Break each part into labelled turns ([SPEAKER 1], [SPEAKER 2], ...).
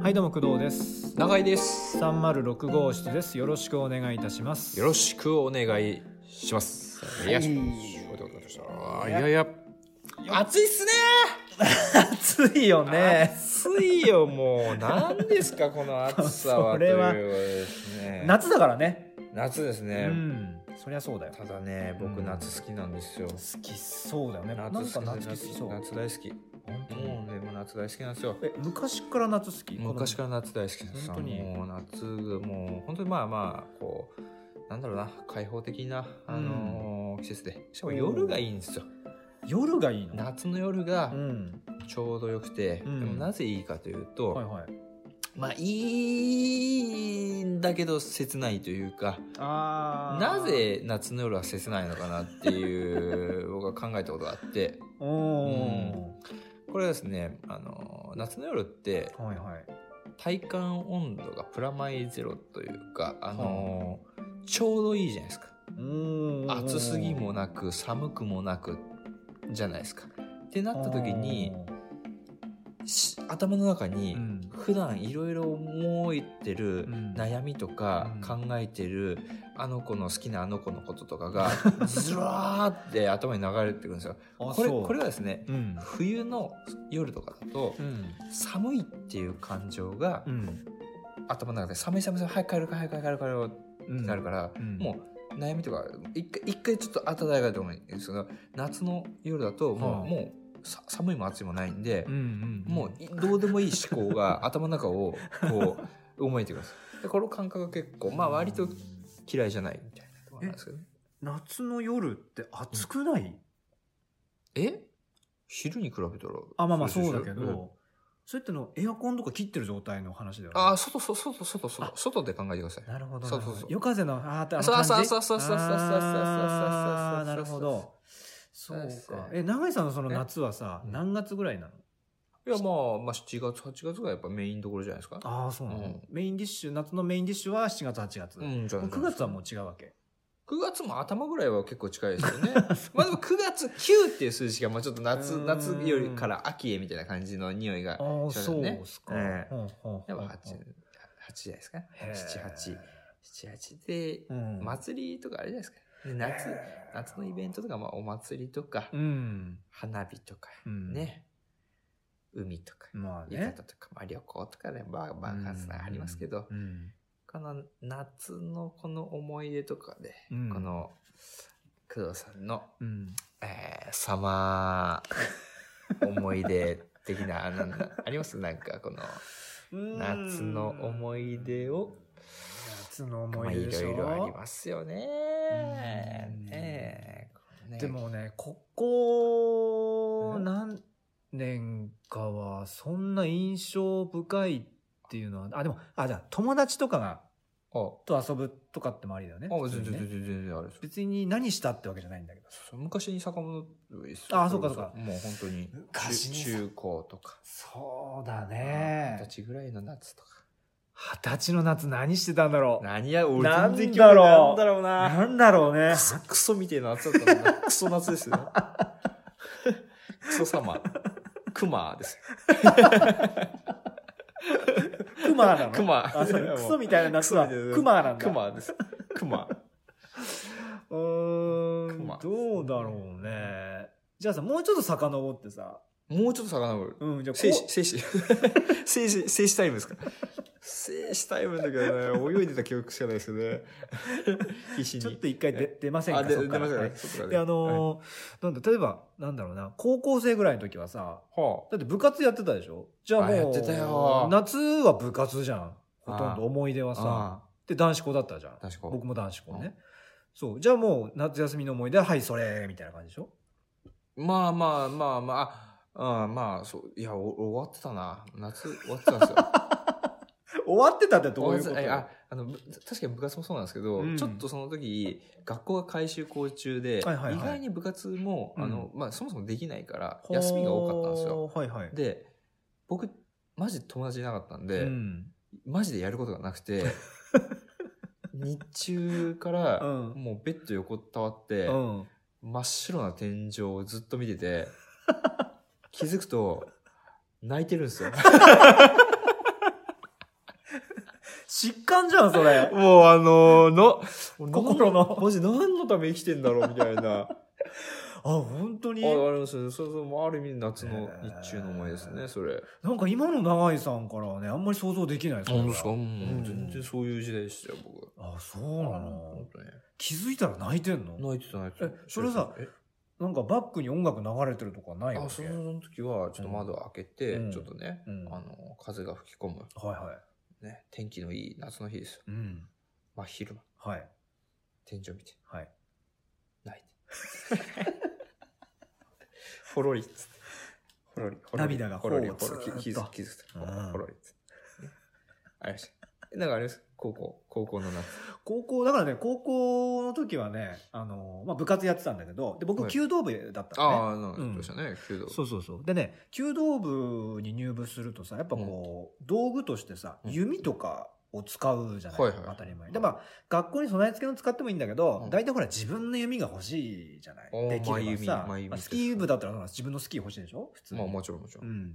[SPEAKER 1] はいどうも工藤です
[SPEAKER 2] 長井です
[SPEAKER 1] 306号室ですよろしくお願いいたします
[SPEAKER 2] よろしくお願いします、い、やいやいや暑いっすね
[SPEAKER 1] 暑いよね
[SPEAKER 2] 暑いよもう何ですかこの暑さ は
[SPEAKER 1] それは
[SPEAKER 2] ということですね
[SPEAKER 1] 夏だからね
[SPEAKER 2] 夏です
[SPEAKER 1] う
[SPEAKER 2] ね、
[SPEAKER 1] んそりゃそうだよ
[SPEAKER 2] ただね僕夏好きなんですよ、
[SPEAKER 1] 好きそうだよねなんか
[SPEAKER 2] 夏
[SPEAKER 1] 夏
[SPEAKER 2] 好
[SPEAKER 1] 好
[SPEAKER 2] き
[SPEAKER 1] きそう
[SPEAKER 2] 夏大好き本当もうねもう夏大好きなんですよ
[SPEAKER 1] え昔から夏好き
[SPEAKER 2] 昔からら夏大好きなんです
[SPEAKER 1] 本当に
[SPEAKER 2] もう夏もう本当にまあまあこうなんだろうな開放的な、あのー季節でしかも夜がいいんですよ
[SPEAKER 1] 夜がいいの
[SPEAKER 2] 夏の夜が
[SPEAKER 1] うん
[SPEAKER 2] ちょうどよくて、
[SPEAKER 1] うん
[SPEAKER 2] でもなぜいいかというと、
[SPEAKER 1] はいはい
[SPEAKER 2] まあいいんだけど切ないというか
[SPEAKER 1] あー
[SPEAKER 2] なぜ夏の夜は切ないのかなっていう僕は考えたことがあって
[SPEAKER 1] おお
[SPEAKER 2] これはですねあの夏の夜って
[SPEAKER 1] はいはい
[SPEAKER 2] 体感温度がプラマイゼロというかあの、ちょうどいいじゃないですか
[SPEAKER 1] うーん
[SPEAKER 2] 暑すぎもなく寒くもなくじゃないですか。ってなった時にし頭の中に、
[SPEAKER 1] うん
[SPEAKER 2] 普段いろいろ思いってる
[SPEAKER 1] うん
[SPEAKER 2] 悩みとか
[SPEAKER 1] う
[SPEAKER 2] 考
[SPEAKER 1] ん
[SPEAKER 2] えてるあの子の好きなあの子のことと かがずらーって頭に流れてくるんですよ。
[SPEAKER 1] あ
[SPEAKER 2] これ
[SPEAKER 1] そう
[SPEAKER 2] これはですね
[SPEAKER 1] うん
[SPEAKER 2] 冬の夜とかだと
[SPEAKER 1] うん
[SPEAKER 2] 寒いっていう感情が
[SPEAKER 1] うん
[SPEAKER 2] 頭の中で寒い寒い寒い早く帰るか早く帰るか早く帰るかってなるから
[SPEAKER 1] うん
[SPEAKER 2] もう悩みとか一回一回ちょっと後だいがと思うんですけど夏の夜だとも
[SPEAKER 1] は
[SPEAKER 2] う
[SPEAKER 1] い
[SPEAKER 2] もうさ寒いも暑いもないんで
[SPEAKER 1] うんうん
[SPEAKER 2] もういどうでもいい思考が頭の中をこう思えてくるんですでこの感覚が結構まあ割と嫌いじゃないみたいなところなんですけどね
[SPEAKER 1] 夏の夜って暑くない、
[SPEAKER 2] え昼に比べたら
[SPEAKER 1] あまあまあそう
[SPEAKER 2] でしょ
[SPEAKER 1] だけど、
[SPEAKER 2] ん
[SPEAKER 1] それってのエアコンとか切ってる状態の話だよね
[SPEAKER 2] あ外外外外外外で考えてください
[SPEAKER 1] なるほど
[SPEAKER 2] そうそうそ
[SPEAKER 1] なるほど
[SPEAKER 2] う
[SPEAKER 1] 夜風のあーってあの
[SPEAKER 2] そう
[SPEAKER 1] 感じ
[SPEAKER 2] そうそうそうそうそうそうそうそうそう
[SPEAKER 1] あーなるほどそ
[SPEAKER 2] そうう
[SPEAKER 1] かえ永井さんのその夏はさ
[SPEAKER 2] うん
[SPEAKER 1] 何月ぐらいなの
[SPEAKER 2] いやまあまあ7月8月がやっぱメインどころじゃないですか
[SPEAKER 1] ああそうなの、
[SPEAKER 2] うん
[SPEAKER 1] メインディッシュ夏のメインディッシュは7月8月、
[SPEAKER 2] うんじゃあ
[SPEAKER 1] 9月はもう違うわけ
[SPEAKER 2] 9月も頭ぐらいは結構近いですよねまあでも9月9っていう数字がまあちょっと夏
[SPEAKER 1] うーん
[SPEAKER 2] 夏よりから秋へみたいな感じの匂いが
[SPEAKER 1] ああ
[SPEAKER 2] します
[SPEAKER 1] そう
[SPEAKER 2] よね
[SPEAKER 1] ですか、
[SPEAKER 2] ええ
[SPEAKER 1] ほんほんほんほん
[SPEAKER 2] でも8、八じゃないですか。
[SPEAKER 1] へ
[SPEAKER 2] 7、
[SPEAKER 1] ー
[SPEAKER 2] 8。7、8で、
[SPEAKER 1] うん
[SPEAKER 2] 祭りとかあれじゃないですか。で夏、夏のイベントとか、まあお祭りとか
[SPEAKER 1] う、ん
[SPEAKER 2] 花火とか、
[SPEAKER 1] うん
[SPEAKER 2] ね。海とか、
[SPEAKER 1] まあ
[SPEAKER 2] 浴
[SPEAKER 1] ね
[SPEAKER 2] 衣とか、まあ旅行とかで、まあ爆発がありますけど、
[SPEAKER 1] うん
[SPEAKER 2] この夏のこの思い出とかで、
[SPEAKER 1] うん
[SPEAKER 2] この、工藤さんの、
[SPEAKER 1] うん
[SPEAKER 2] えー、サマー思い出的な、あなんだありますなんかこの、
[SPEAKER 1] うん
[SPEAKER 2] 夏の思い出を、
[SPEAKER 1] 夏の
[SPEAKER 2] ま
[SPEAKER 1] 思
[SPEAKER 2] あ
[SPEAKER 1] い出
[SPEAKER 2] い
[SPEAKER 1] で
[SPEAKER 2] ろ
[SPEAKER 1] しょ
[SPEAKER 2] いろありますよね。
[SPEAKER 1] ん
[SPEAKER 2] ねえ
[SPEAKER 1] で、もねここ
[SPEAKER 2] うん
[SPEAKER 1] 何年かはそんな印象深いっていうのはあでもあじゃあ友達とかが
[SPEAKER 2] こ
[SPEAKER 1] と遊ぶとかってもありだよね
[SPEAKER 2] うねあ、あ、
[SPEAKER 1] 普
[SPEAKER 2] 全
[SPEAKER 1] 通
[SPEAKER 2] 然
[SPEAKER 1] にね
[SPEAKER 2] 全然全然あれですよ
[SPEAKER 1] 別に何したってわけじゃないんだけど
[SPEAKER 2] そう昔に坂本です
[SPEAKER 1] ああそうかそうか
[SPEAKER 2] もう本当に中
[SPEAKER 1] 昔にさ
[SPEAKER 2] 中高とか
[SPEAKER 1] そうだ
[SPEAKER 2] 二十歳ぐらいの夏とか
[SPEAKER 1] 二十歳の夏何してたんだろう
[SPEAKER 2] 何や俺
[SPEAKER 1] なんだろう
[SPEAKER 2] 全然記憶ないなんだろう な
[SPEAKER 1] なんだろうね
[SPEAKER 2] クソクソみたいな夏だったもんなクソ夏ですよ クソ様クマですよ
[SPEAKER 1] クマなの
[SPEAKER 2] クマ
[SPEAKER 1] あそう
[SPEAKER 2] いやもう
[SPEAKER 1] クソみたいな夏は
[SPEAKER 2] クソみたい
[SPEAKER 1] クマな
[SPEAKER 2] な
[SPEAKER 1] んだ
[SPEAKER 2] クマですクマ
[SPEAKER 1] うー
[SPEAKER 2] ク
[SPEAKER 1] ん
[SPEAKER 2] マ
[SPEAKER 1] どうだろうねじゃあさもうちょっと遡ってさ
[SPEAKER 2] もうちょっと遡る
[SPEAKER 1] うんじゃあこう
[SPEAKER 2] 静止、 静止、静止、静止タイムですか静止タイムだけどね、泳いでた記憶しかないですよ ね。必死に。
[SPEAKER 1] ちょっと一回出出ません
[SPEAKER 2] あ、
[SPEAKER 1] か
[SPEAKER 2] で、
[SPEAKER 1] そっ
[SPEAKER 2] 出
[SPEAKER 1] から
[SPEAKER 2] ました
[SPEAKER 1] はい
[SPEAKER 2] ね。そっかね
[SPEAKER 1] であのーなんだ例えばなんだろうな高校生ぐらいの時はさ
[SPEAKER 2] は
[SPEAKER 1] だって部活やってたでしょじゃあもう
[SPEAKER 2] あやってたよ
[SPEAKER 1] 夏は部活じゃんほとんど思い出は
[SPEAKER 2] あ、
[SPEAKER 1] さ
[SPEAKER 2] あ
[SPEAKER 1] で男子校だったじゃん
[SPEAKER 2] あ、確か。
[SPEAKER 1] 僕も男子校ねそうじゃあもう夏休みの思い出ははいそれみたいな感じでしょ
[SPEAKER 2] まあまあまあまああ、うん、まあ、そう、いや、お終わってたな。夏、終わってた んですよ。
[SPEAKER 1] 終わってたってどういうこと
[SPEAKER 2] 終わってたあ、あの、ぶ確かに部活もそうなんですけど、
[SPEAKER 1] うん
[SPEAKER 2] ちょっとその時、学校が改修校中で、
[SPEAKER 1] はいはいはい
[SPEAKER 2] 意外に部活も、あの、まあ、そもそもできないから、
[SPEAKER 1] ほー
[SPEAKER 2] 休みが多かったんですよ。
[SPEAKER 1] はいはい
[SPEAKER 2] で僕マジ友達いなかったんで、
[SPEAKER 1] うん
[SPEAKER 2] マジでやることがな くて日中から、
[SPEAKER 1] うん
[SPEAKER 2] もうベッド横たわって、
[SPEAKER 1] うん
[SPEAKER 2] 真っ白な天井をずっと見て て 気づくと泣いてるんですよ
[SPEAKER 1] 疾患じゃん、それ。
[SPEAKER 2] もうあのー、の、
[SPEAKER 1] 心の
[SPEAKER 2] マジ何のため生きてんだろうみた いな。
[SPEAKER 1] あ、本当に
[SPEAKER 2] あありますよね。そうそう、もうある意味夏の日中の思いですね、それ。
[SPEAKER 1] なんか今の長井さんからはね、あんまり想像できないですね
[SPEAKER 2] う
[SPEAKER 1] うん
[SPEAKER 2] ん全然そういう時代でしたよ、僕。
[SPEAKER 1] あ、そうなの
[SPEAKER 2] 本。当ね
[SPEAKER 1] 気づいたら泣いてんの
[SPEAKER 2] 泣いてた、泣いてた
[SPEAKER 1] え。それさ
[SPEAKER 2] え、
[SPEAKER 1] なんかバックに音楽流れてるとかないわ
[SPEAKER 2] あ、そ
[SPEAKER 1] け
[SPEAKER 2] のその時は、ちょっと窓を開けて、
[SPEAKER 1] うん
[SPEAKER 2] ちょっとね、
[SPEAKER 1] うん
[SPEAKER 2] あの、風が吹き込む、
[SPEAKER 1] はいはい。
[SPEAKER 2] ね、天気のいい夏の日ですよ。
[SPEAKER 1] うん。
[SPEAKER 2] 真昼間、
[SPEAKER 1] はい。
[SPEAKER 2] 天井見て、
[SPEAKER 1] はい。
[SPEAKER 2] 泣い て。ほろりっつって。ほろり、ほろり。
[SPEAKER 1] 涙が
[SPEAKER 2] ほろり、
[SPEAKER 1] 頬を
[SPEAKER 2] ほろ
[SPEAKER 1] ずーっ
[SPEAKER 2] り、
[SPEAKER 1] と
[SPEAKER 2] 気づく、気づく。ほろ
[SPEAKER 1] うん
[SPEAKER 2] ほろりっつって。ねありました。えなんかあれです。高校、高校の夏。
[SPEAKER 1] 高校、だからね、高校の時はね、あの、まあ、部活やってたんだけど、で、僕、
[SPEAKER 2] はい
[SPEAKER 1] 弓道部だったのね。
[SPEAKER 2] ああ、なんか
[SPEAKER 1] うん
[SPEAKER 2] どうしたね、弓道。
[SPEAKER 1] そうそうそう。でね、弓道部に入部するとさ、やっぱこう、道具としてさ、
[SPEAKER 2] うん
[SPEAKER 1] 弓とかを使うじゃない、
[SPEAKER 2] はいはい
[SPEAKER 1] 当たり前に。で、まあ、学校に備え付けの使ってもいいんだけど、
[SPEAKER 2] うん
[SPEAKER 1] 大体ほら自分の弓が欲しいじゃない
[SPEAKER 2] おー
[SPEAKER 1] できればさ、
[SPEAKER 2] まあ弓
[SPEAKER 1] まあスキー部だったらほら自分のスキー欲しいでしょ普通に。
[SPEAKER 2] まあもちろんもちろ。
[SPEAKER 1] うんん。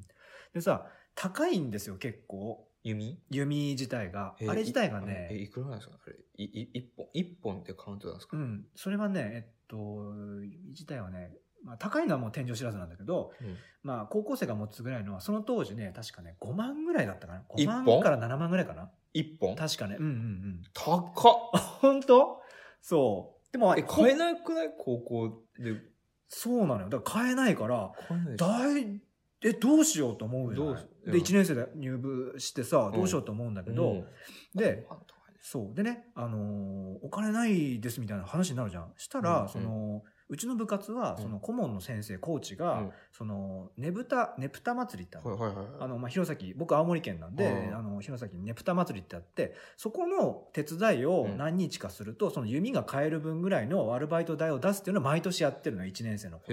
[SPEAKER 1] でさ、高いんですよ、結構。
[SPEAKER 2] 弓
[SPEAKER 1] 弓自体が。
[SPEAKER 2] え
[SPEAKER 1] あれ自体が
[SPEAKER 2] いえ、
[SPEAKER 1] ね、
[SPEAKER 2] いくらなんですかあれ、い、い、一本、一本ってカウントなんですか
[SPEAKER 1] うん、それはね、えっと、弓自体はね、まあ、高いのはもう天井知らずなんだけど、
[SPEAKER 2] うん
[SPEAKER 1] まあ、高校生が持つぐらいのは、その当時ね、確かね、5万ぐらいだったかな。
[SPEAKER 2] 一
[SPEAKER 1] 5
[SPEAKER 2] 本
[SPEAKER 1] 万から7万ぐらいかな。
[SPEAKER 2] 一本
[SPEAKER 1] 確かね。うんうんうん。
[SPEAKER 2] 高っ
[SPEAKER 1] あ、本当そう。でも、
[SPEAKER 2] え、
[SPEAKER 1] こ
[SPEAKER 2] 買えなくない高校で。
[SPEAKER 1] そうなのよ。だから買えないから、
[SPEAKER 2] 買えないでしょ
[SPEAKER 1] だい、え、どうしようと思う
[SPEAKER 2] ど
[SPEAKER 1] よ
[SPEAKER 2] うし
[SPEAKER 1] ね。
[SPEAKER 2] うん
[SPEAKER 1] で、1年生で入部してさ、
[SPEAKER 2] ん
[SPEAKER 1] どうしようと思うんだけど、
[SPEAKER 2] うん
[SPEAKER 1] で、
[SPEAKER 2] ご飯とかね
[SPEAKER 1] そう。でね、あのーお金ないですみたいな話になるじゃん。したら、
[SPEAKER 2] うん
[SPEAKER 1] その、うちの部活は、その顧問の先生、コーチが、
[SPEAKER 2] うん
[SPEAKER 1] その、ねぶた、ねぷた祭りってあるの
[SPEAKER 2] はいはいはいはい。
[SPEAKER 1] あの、まあ、弘前、僕青森県なんで、
[SPEAKER 2] うん
[SPEAKER 1] あの、弘前にねぷた祭りってあって、そこの手伝いを何日かすると、その弓が買える分ぐらいのアルバイト代を出すっていうのを毎年やってるの、1年生の子。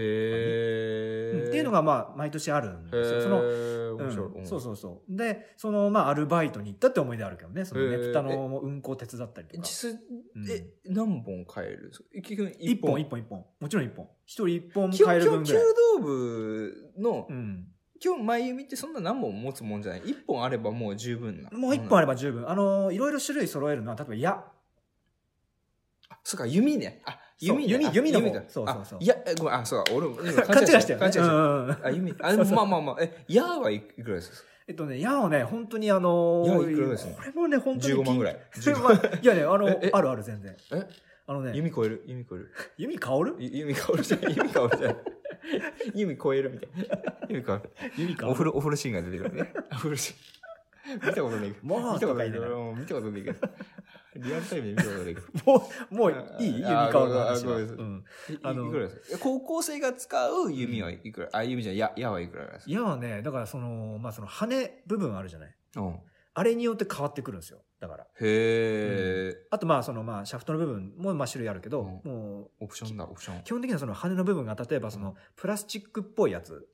[SPEAKER 1] うん
[SPEAKER 2] へえ。
[SPEAKER 1] っていうのが、まあ、毎年あるん
[SPEAKER 2] へ
[SPEAKER 1] ですよ。
[SPEAKER 2] ー、
[SPEAKER 1] その、
[SPEAKER 2] 面白い。
[SPEAKER 1] う
[SPEAKER 2] 面
[SPEAKER 1] ん、
[SPEAKER 2] 白
[SPEAKER 1] そそ
[SPEAKER 2] いう
[SPEAKER 1] うそう。で、その、まあ、アルバイトに行ったって思い出あるけどね、その
[SPEAKER 2] へー
[SPEAKER 1] ねぷたの運行手伝ったりとか。
[SPEAKER 2] 実際
[SPEAKER 1] うん
[SPEAKER 2] え、何本買えるんですか結局
[SPEAKER 1] 一
[SPEAKER 2] 一
[SPEAKER 1] 本
[SPEAKER 2] 本。
[SPEAKER 1] 一本一本。もちろん一本。一人一本
[SPEAKER 2] 基
[SPEAKER 1] 買え
[SPEAKER 2] 本、
[SPEAKER 1] る
[SPEAKER 2] 基
[SPEAKER 1] 分
[SPEAKER 2] 本
[SPEAKER 1] ぐら
[SPEAKER 2] 弓
[SPEAKER 1] い。
[SPEAKER 2] 道部の
[SPEAKER 1] う、ん。
[SPEAKER 2] 今日前弓ってそんな何本持つもんじゃない。一本あればもう十分な。
[SPEAKER 1] もう一本あれ
[SPEAKER 2] れ
[SPEAKER 1] ば十分。あの、いろいろ種類揃えるのは、例えば矢。
[SPEAKER 2] ば。そっか、弓ね。あ、弓ね。
[SPEAKER 1] そう弓
[SPEAKER 2] あ
[SPEAKER 1] 弓の方
[SPEAKER 2] だ
[SPEAKER 1] そうそうそう
[SPEAKER 2] あいや、えごめん、あ、そうだ、俺も今
[SPEAKER 1] 勘違いしたよ、ね。
[SPEAKER 2] 勘違いした。
[SPEAKER 1] うんうんうん
[SPEAKER 2] あ、弓。あ、でもまあまあまあ、え、矢はいくらですか
[SPEAKER 1] えっとね、矢をね、本当にあの
[SPEAKER 2] 矢いくらですね
[SPEAKER 1] これもね、本当に。
[SPEAKER 2] 15万ぐらい
[SPEAKER 1] 15万。 いやね、あの
[SPEAKER 2] ええ、
[SPEAKER 1] あるある全然。
[SPEAKER 2] え
[SPEAKER 1] あのね、
[SPEAKER 2] 弓超える弓超える
[SPEAKER 1] 弓薫
[SPEAKER 2] ゆ弓超えるじゃない弓超えるじゃない弓超えるみたいな弓超える
[SPEAKER 1] 弓薫
[SPEAKER 2] お風呂お風呂シーンが出てくるねお風呂シーン見たことないけど
[SPEAKER 1] もう
[SPEAKER 2] 見たことない
[SPEAKER 1] とか言い
[SPEAKER 2] け
[SPEAKER 1] ながら
[SPEAKER 2] どもう見たことないけどリアルタイムで見たことないけど
[SPEAKER 1] もう、もういい弓
[SPEAKER 2] あ
[SPEAKER 1] 薫の話
[SPEAKER 2] ご
[SPEAKER 1] は。
[SPEAKER 2] め
[SPEAKER 1] うん
[SPEAKER 2] ごめん
[SPEAKER 1] ん。
[SPEAKER 2] い
[SPEAKER 1] あの
[SPEAKER 2] いくらですか高校生が使う弓はいくらあ弓じゃない矢矢はいくらですか
[SPEAKER 1] 矢はね、だからその、まあその羽部分あるじゃない。
[SPEAKER 2] うんへ
[SPEAKER 1] あれによって変わってくるんですよ。だから。
[SPEAKER 2] え
[SPEAKER 1] あとまあそのまあシャフトの部分もまあ種類あるけど、
[SPEAKER 2] うん
[SPEAKER 1] も
[SPEAKER 2] オプションだオプション
[SPEAKER 1] う基本的にはその羽の部分が例えばそのプラスチックっぽいやつ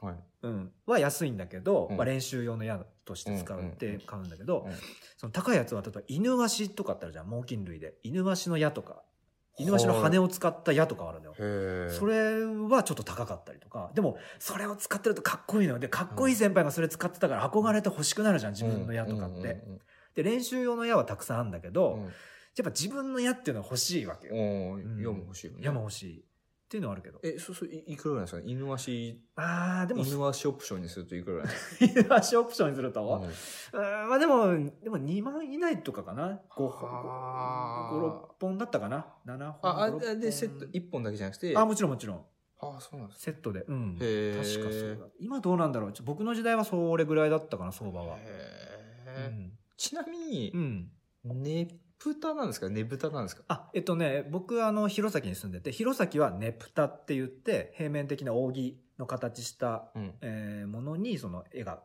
[SPEAKER 2] はい
[SPEAKER 1] うん、は安いんだけど、
[SPEAKER 2] うん
[SPEAKER 1] まあ、練習用の矢として使うっ
[SPEAKER 2] うんうん
[SPEAKER 1] て
[SPEAKER 2] うん
[SPEAKER 1] 買うんだけど、
[SPEAKER 2] うん
[SPEAKER 1] その高いやつは例えば犬ワシとかってあるじゃん猛禽類で犬ワシの矢とか犬ワシの羽を使った矢とかあるのよ
[SPEAKER 2] へ。え
[SPEAKER 1] それはちょっと高かったりとかでもそれを使ってるとかっこいいのよでかっこいい先輩がそれ使ってたから憧れて欲しくなるじゃん自分の矢とかって、
[SPEAKER 2] うん
[SPEAKER 1] で練習用の矢はたくさんあるんだけど、
[SPEAKER 2] うんうん
[SPEAKER 1] やっ
[SPEAKER 2] うん
[SPEAKER 1] ぱ自分の矢っていうのは欲しいわけよ、
[SPEAKER 2] お
[SPEAKER 1] うん
[SPEAKER 2] ー矢も欲しいよね
[SPEAKER 1] 矢も欲しいっていうのはあるけど
[SPEAKER 2] え、そうそう、いいくらなんですか犬足、
[SPEAKER 1] あーでも
[SPEAKER 2] 犬足オプションにするといくらなんですか
[SPEAKER 1] 犬ワシオプションにすると、
[SPEAKER 2] うん
[SPEAKER 1] うーんまあでも、でも2万以内とかかな。5
[SPEAKER 2] はあ
[SPEAKER 1] 本。5、6本だったかな。7本。
[SPEAKER 2] あ、あ
[SPEAKER 1] 5 6本
[SPEAKER 2] で、セット、1本だけじゃなくて、
[SPEAKER 1] あ、もちろんもちろん。
[SPEAKER 2] あ、そうなんです
[SPEAKER 1] セットで。うん。
[SPEAKER 2] へー
[SPEAKER 1] 確かそうだ。今どうなんだろう。ちょ僕の時代はそれぐらいだったかな、相場
[SPEAKER 2] か
[SPEAKER 1] は。う
[SPEAKER 2] へー
[SPEAKER 1] ん。
[SPEAKER 2] ちなみに
[SPEAKER 1] う、ん。
[SPEAKER 2] ねぶたなんですかねぶたなんですか
[SPEAKER 1] あ、えっとね、僕、あの、弘前に住んでて、弘前はネプタって言って、平面的な扇の形した、
[SPEAKER 2] うん。
[SPEAKER 1] えーものに、その絵が、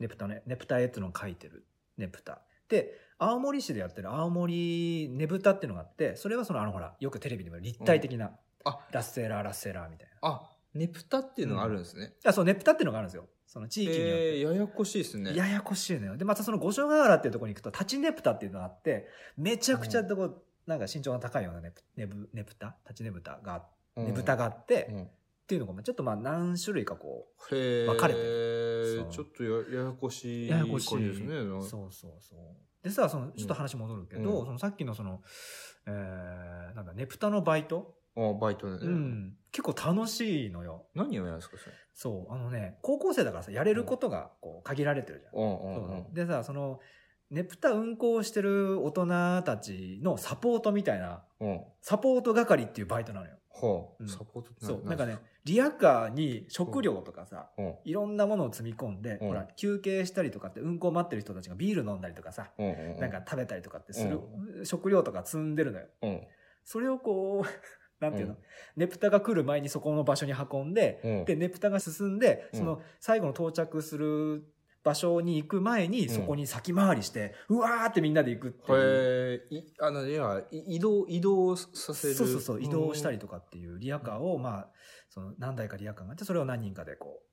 [SPEAKER 1] ネプタね、ネプタ絵っていうのを描いてる。ネプタ。で、青森市でやってる青森ねぶたっていうのがあって、それはその、あの、ほら、よくテレビでも立体的な、
[SPEAKER 2] あ、
[SPEAKER 1] ラッセラー、ラッセラーみたい
[SPEAKER 2] あ、ねぶたっていうのがあるんですね。
[SPEAKER 1] な。あ、そう、ネプタっていうのがあるんですよ。その地域によっ
[SPEAKER 2] え
[SPEAKER 1] て。
[SPEAKER 2] ー、ややこしいですね。
[SPEAKER 1] ややこしいのよ。で、またその五所川原っていうところに行くと、立ちネプタっていうのがあって、めちゃくちゃどこ、なんか身長が高いようなネプ、ネブ、ネプタ立ちネプタが、
[SPEAKER 2] うん
[SPEAKER 1] ネプタがあって、っ
[SPEAKER 2] うん。
[SPEAKER 1] ていうのが、まあちょっとまあ何種類かこう、
[SPEAKER 2] へー
[SPEAKER 1] 分かれてるそう
[SPEAKER 2] ちょっとやややこしい
[SPEAKER 1] やや
[SPEAKER 2] 感
[SPEAKER 1] こしい
[SPEAKER 2] じですね。なんか
[SPEAKER 1] そうそうそう。でさ、その、ちょっと話戻るけど、
[SPEAKER 2] うん
[SPEAKER 1] そのさっきのその、えー、なんだ、ネプタのバイト、
[SPEAKER 2] あバイトで、ね
[SPEAKER 1] うん、結構楽しいのよ。
[SPEAKER 2] 何をやるんですかそれ
[SPEAKER 1] そう、あのね、高校生だからさ、やれることがこう限られてるじゃん。
[SPEAKER 2] うんう
[SPEAKER 1] そうん
[SPEAKER 2] う
[SPEAKER 1] そ
[SPEAKER 2] ん
[SPEAKER 1] うでさ、その、ネプタ運行してる大人たちのサポートみたいな、
[SPEAKER 2] うん
[SPEAKER 1] サポート係っていうバイトなのよ。
[SPEAKER 2] は
[SPEAKER 1] うん
[SPEAKER 2] あ、サポートって
[SPEAKER 1] そう、なんかね、リアカーに食料とかさ、
[SPEAKER 2] うん
[SPEAKER 1] いろんなものを積み込んで、
[SPEAKER 2] うん
[SPEAKER 1] ほら、休憩したりとかって、運行待ってる人たちがビール飲んだりとかさ、
[SPEAKER 2] うんうんう
[SPEAKER 1] なんか食べたりとかってする、食料とか積んでるのよ。
[SPEAKER 2] うん
[SPEAKER 1] それをこう、 なんていうの、
[SPEAKER 2] うん
[SPEAKER 1] ネプタが来る前にそこの場所に運んで、
[SPEAKER 2] うん
[SPEAKER 1] で、ネプタが進んで、
[SPEAKER 2] うん
[SPEAKER 1] その最後の到着する場所に行く前に、
[SPEAKER 2] ん
[SPEAKER 1] そこに先回りして、うわーってみんなで行くっていう。
[SPEAKER 2] へえいあのいやい移動移動させ
[SPEAKER 1] そう
[SPEAKER 2] る
[SPEAKER 1] そうそう、移動したり
[SPEAKER 2] と
[SPEAKER 1] とかっていうリアカーを、まあ、その何台かリアカーがあって、それを何人かでこう、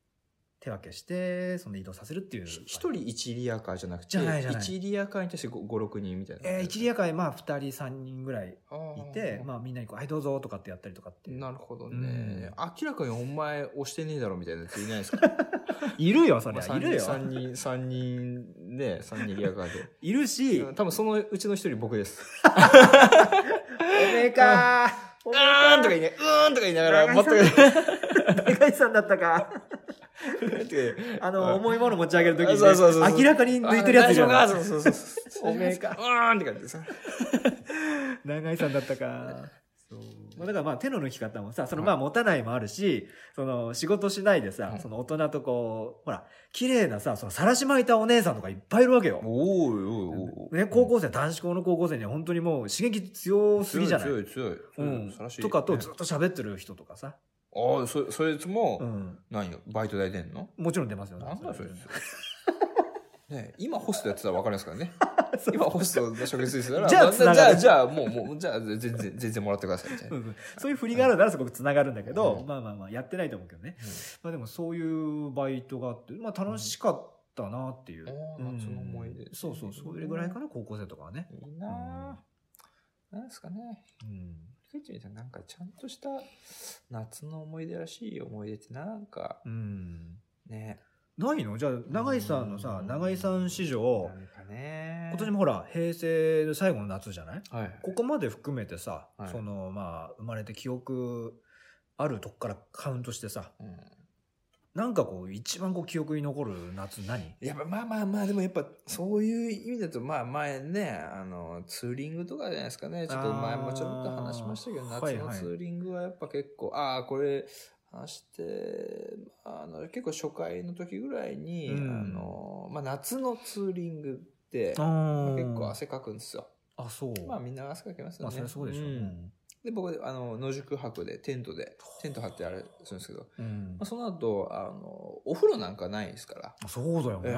[SPEAKER 1] 手分けして、その移動させるっていう。
[SPEAKER 2] 一人一リアカーじゃなく
[SPEAKER 1] じ
[SPEAKER 2] て
[SPEAKER 1] ゃないじゃない
[SPEAKER 2] 一リアカーに対して56人みたいな
[SPEAKER 1] えー、一リアカーにまあ、二人、三人ぐらい
[SPEAKER 2] あー
[SPEAKER 1] いて、まあ、みんなにこう、はい、どうぞとかってやったりとかっていう。
[SPEAKER 2] なるほど
[SPEAKER 1] うん
[SPEAKER 2] ね明らかにお前押してねえだろみたいなやついないです か
[SPEAKER 1] いるよ、そり
[SPEAKER 2] まあ
[SPEAKER 1] ゃ。
[SPEAKER 2] 三
[SPEAKER 1] いるよ。
[SPEAKER 2] 三人三人で三人リアカーで
[SPEAKER 1] いるし、
[SPEAKER 2] 多分そのうちの一人僕です。
[SPEAKER 1] おめえかー。
[SPEAKER 2] う
[SPEAKER 1] おめえ
[SPEAKER 2] ーんとか
[SPEAKER 1] か
[SPEAKER 2] 言いな、うーんとか言いながら、
[SPEAKER 1] 長
[SPEAKER 2] 全
[SPEAKER 1] 井さ
[SPEAKER 2] く、
[SPEAKER 1] ん
[SPEAKER 2] う
[SPEAKER 1] ー。高橋さんだったか。
[SPEAKER 2] ーんとか言う
[SPEAKER 1] あ
[SPEAKER 2] うん
[SPEAKER 1] の、重いもの持ち上げるときにね、
[SPEAKER 2] そうそうそうそう
[SPEAKER 1] 明らかに抜いてるやつじゃ
[SPEAKER 2] あ
[SPEAKER 1] ん。
[SPEAKER 2] 大丈夫かそうそうそう。
[SPEAKER 1] おめえか
[SPEAKER 2] うーんとか言ってさ。
[SPEAKER 1] 長井さんだったか。
[SPEAKER 2] そう。
[SPEAKER 1] まあだからまあ手の抜き方もさ、その
[SPEAKER 2] はい
[SPEAKER 1] まあ持たないもあるし、その仕事しないで
[SPEAKER 2] う
[SPEAKER 1] さ
[SPEAKER 2] ん、
[SPEAKER 1] その大人とこう、ほら、綺麗なさ、その晒し巻いたお姉さんとかいっぱいいるわけよ。
[SPEAKER 2] おーいおいおい。
[SPEAKER 1] ね、高校生、男子校の高校生には本当にもう刺激強すぎじゃない
[SPEAKER 2] 強い強い。
[SPEAKER 1] う
[SPEAKER 2] 強い
[SPEAKER 1] ん
[SPEAKER 2] さらし。い
[SPEAKER 1] とかとずっと喋ってる人とかさ。
[SPEAKER 2] ああ、そ、そいつも
[SPEAKER 1] う、ん。
[SPEAKER 2] 何よ、バイト代出んの
[SPEAKER 1] もちろん出ますよ。
[SPEAKER 2] なんだ よそいつ。ねえ今ホストやってたら分かりますからね。
[SPEAKER 1] そう
[SPEAKER 2] 今ホストの職質したら、
[SPEAKER 1] じゃあ
[SPEAKER 2] ま
[SPEAKER 1] 繋
[SPEAKER 2] じゃ
[SPEAKER 1] が
[SPEAKER 2] あ、
[SPEAKER 1] る
[SPEAKER 2] じゃあ、もう、もう、じゃあ、全然、全然もらってください、みたい
[SPEAKER 1] うん
[SPEAKER 2] な。
[SPEAKER 1] うんそういう振りがあるならすごくつながるんだけど、
[SPEAKER 2] うん
[SPEAKER 1] まあまあまあやってないと思うけどね、
[SPEAKER 2] うん
[SPEAKER 1] まあでもそういうバイトがあって、まあ、楽しかったなっていう、
[SPEAKER 2] うんあー夏の思い出
[SPEAKER 1] そうそうそれぐらいかな高校生とかはね、
[SPEAKER 2] いいなぁ。なんですかね。
[SPEAKER 1] うん、
[SPEAKER 2] ケチみたいな、なんかちゃんとした夏の思い出らしい思い出ってなんか
[SPEAKER 1] うん、
[SPEAKER 2] ね。
[SPEAKER 1] ないのじゃあ永井さんのさ
[SPEAKER 2] うん
[SPEAKER 1] 永井さん史
[SPEAKER 2] な
[SPEAKER 1] 上
[SPEAKER 2] んかね。
[SPEAKER 1] 今年もほら平成の最後の夏じゃない
[SPEAKER 2] はい。
[SPEAKER 1] ここまで含めてさ、
[SPEAKER 2] はい
[SPEAKER 1] そのまあ生まれて記憶あるとこからカウントしてさ
[SPEAKER 2] うん
[SPEAKER 1] なんかこう一番こう記憶に残る夏何
[SPEAKER 2] やっぱまあまあまあ、でもやっぱそういう意味だと、まあ前ね、あの、ツーリングとかじゃないですかね。ちょっと前
[SPEAKER 1] あー
[SPEAKER 2] もちょろっと話しましたけど、
[SPEAKER 1] は
[SPEAKER 2] 夏
[SPEAKER 1] いはい
[SPEAKER 2] のツーリングはやっぱ結構、ああ、これ、話して、あの、結構初回の時ぐらいに、
[SPEAKER 1] うん
[SPEAKER 2] あの、まあ夏のツーリングって、
[SPEAKER 1] あー
[SPEAKER 2] 結構汗かくんですよ。
[SPEAKER 1] あそう
[SPEAKER 2] まあみんな汗かきますよ
[SPEAKER 1] まあ
[SPEAKER 2] ね。
[SPEAKER 1] そりゃそうでしょう、
[SPEAKER 2] ん
[SPEAKER 1] うん
[SPEAKER 2] で、僕、あの、野宿泊で、テントで、テント張ってあれするんですけど、ま
[SPEAKER 1] うん
[SPEAKER 2] あ、その後、あの、お風呂なんかないですから。
[SPEAKER 1] そうだよね、
[SPEAKER 2] え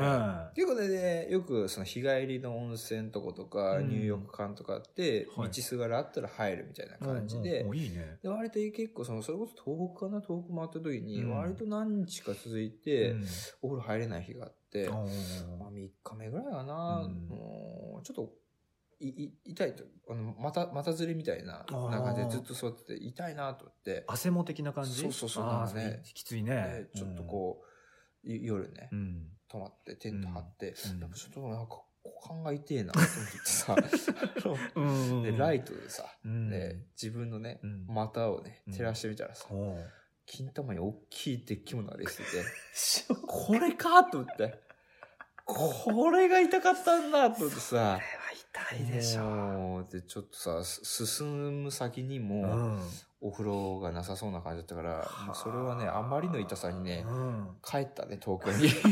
[SPEAKER 2] え結構ね、でよくその日帰りの温泉とことか、
[SPEAKER 1] うん
[SPEAKER 2] 入浴館とかって、
[SPEAKER 1] はい
[SPEAKER 2] 道すがらあったら入るみたいな感じ
[SPEAKER 1] うん
[SPEAKER 2] で
[SPEAKER 1] うん、うんいいね
[SPEAKER 2] で割と結構その、それこそ東北かな、東北回った時に、
[SPEAKER 1] うん
[SPEAKER 2] 割と何日か続いて、お風呂入れない日があって、
[SPEAKER 1] うん
[SPEAKER 2] まあ、3日目ぐらいかな、
[SPEAKER 1] うん
[SPEAKER 2] もうちょっといい痛いとあのまたまたずれみたいな
[SPEAKER 1] あー
[SPEAKER 2] 中でずっと座ってて痛いなと思って、
[SPEAKER 1] 汗も的な感じ
[SPEAKER 2] そうそうそう
[SPEAKER 1] あ
[SPEAKER 2] なん
[SPEAKER 1] あ
[SPEAKER 2] かね
[SPEAKER 1] きついね
[SPEAKER 2] でちょっとこう、い夜ね
[SPEAKER 1] うん、うん
[SPEAKER 2] 泊まってテント張って、
[SPEAKER 1] うん
[SPEAKER 2] やっぱちょっとなんか股間が痛えなと思って さ
[SPEAKER 1] うん
[SPEAKER 2] でライトでさ、
[SPEAKER 1] うん
[SPEAKER 2] で自分のね
[SPEAKER 1] うん
[SPEAKER 2] 股をね
[SPEAKER 1] うん
[SPEAKER 2] 照らしてみたらさ、
[SPEAKER 1] おう
[SPEAKER 2] 金玉に大きいデッキものができてて これかと思ってこれが痛かったんだと思ってさ
[SPEAKER 1] あれは痛いでしょ
[SPEAKER 2] もうで、ちょっとさ、す進む先に
[SPEAKER 1] う
[SPEAKER 2] も、お風呂がなさそうな感じだったから、もうそれはね、あまりの痛さにね
[SPEAKER 1] う、ん
[SPEAKER 2] 帰ったね、東京 に。
[SPEAKER 1] 帰っ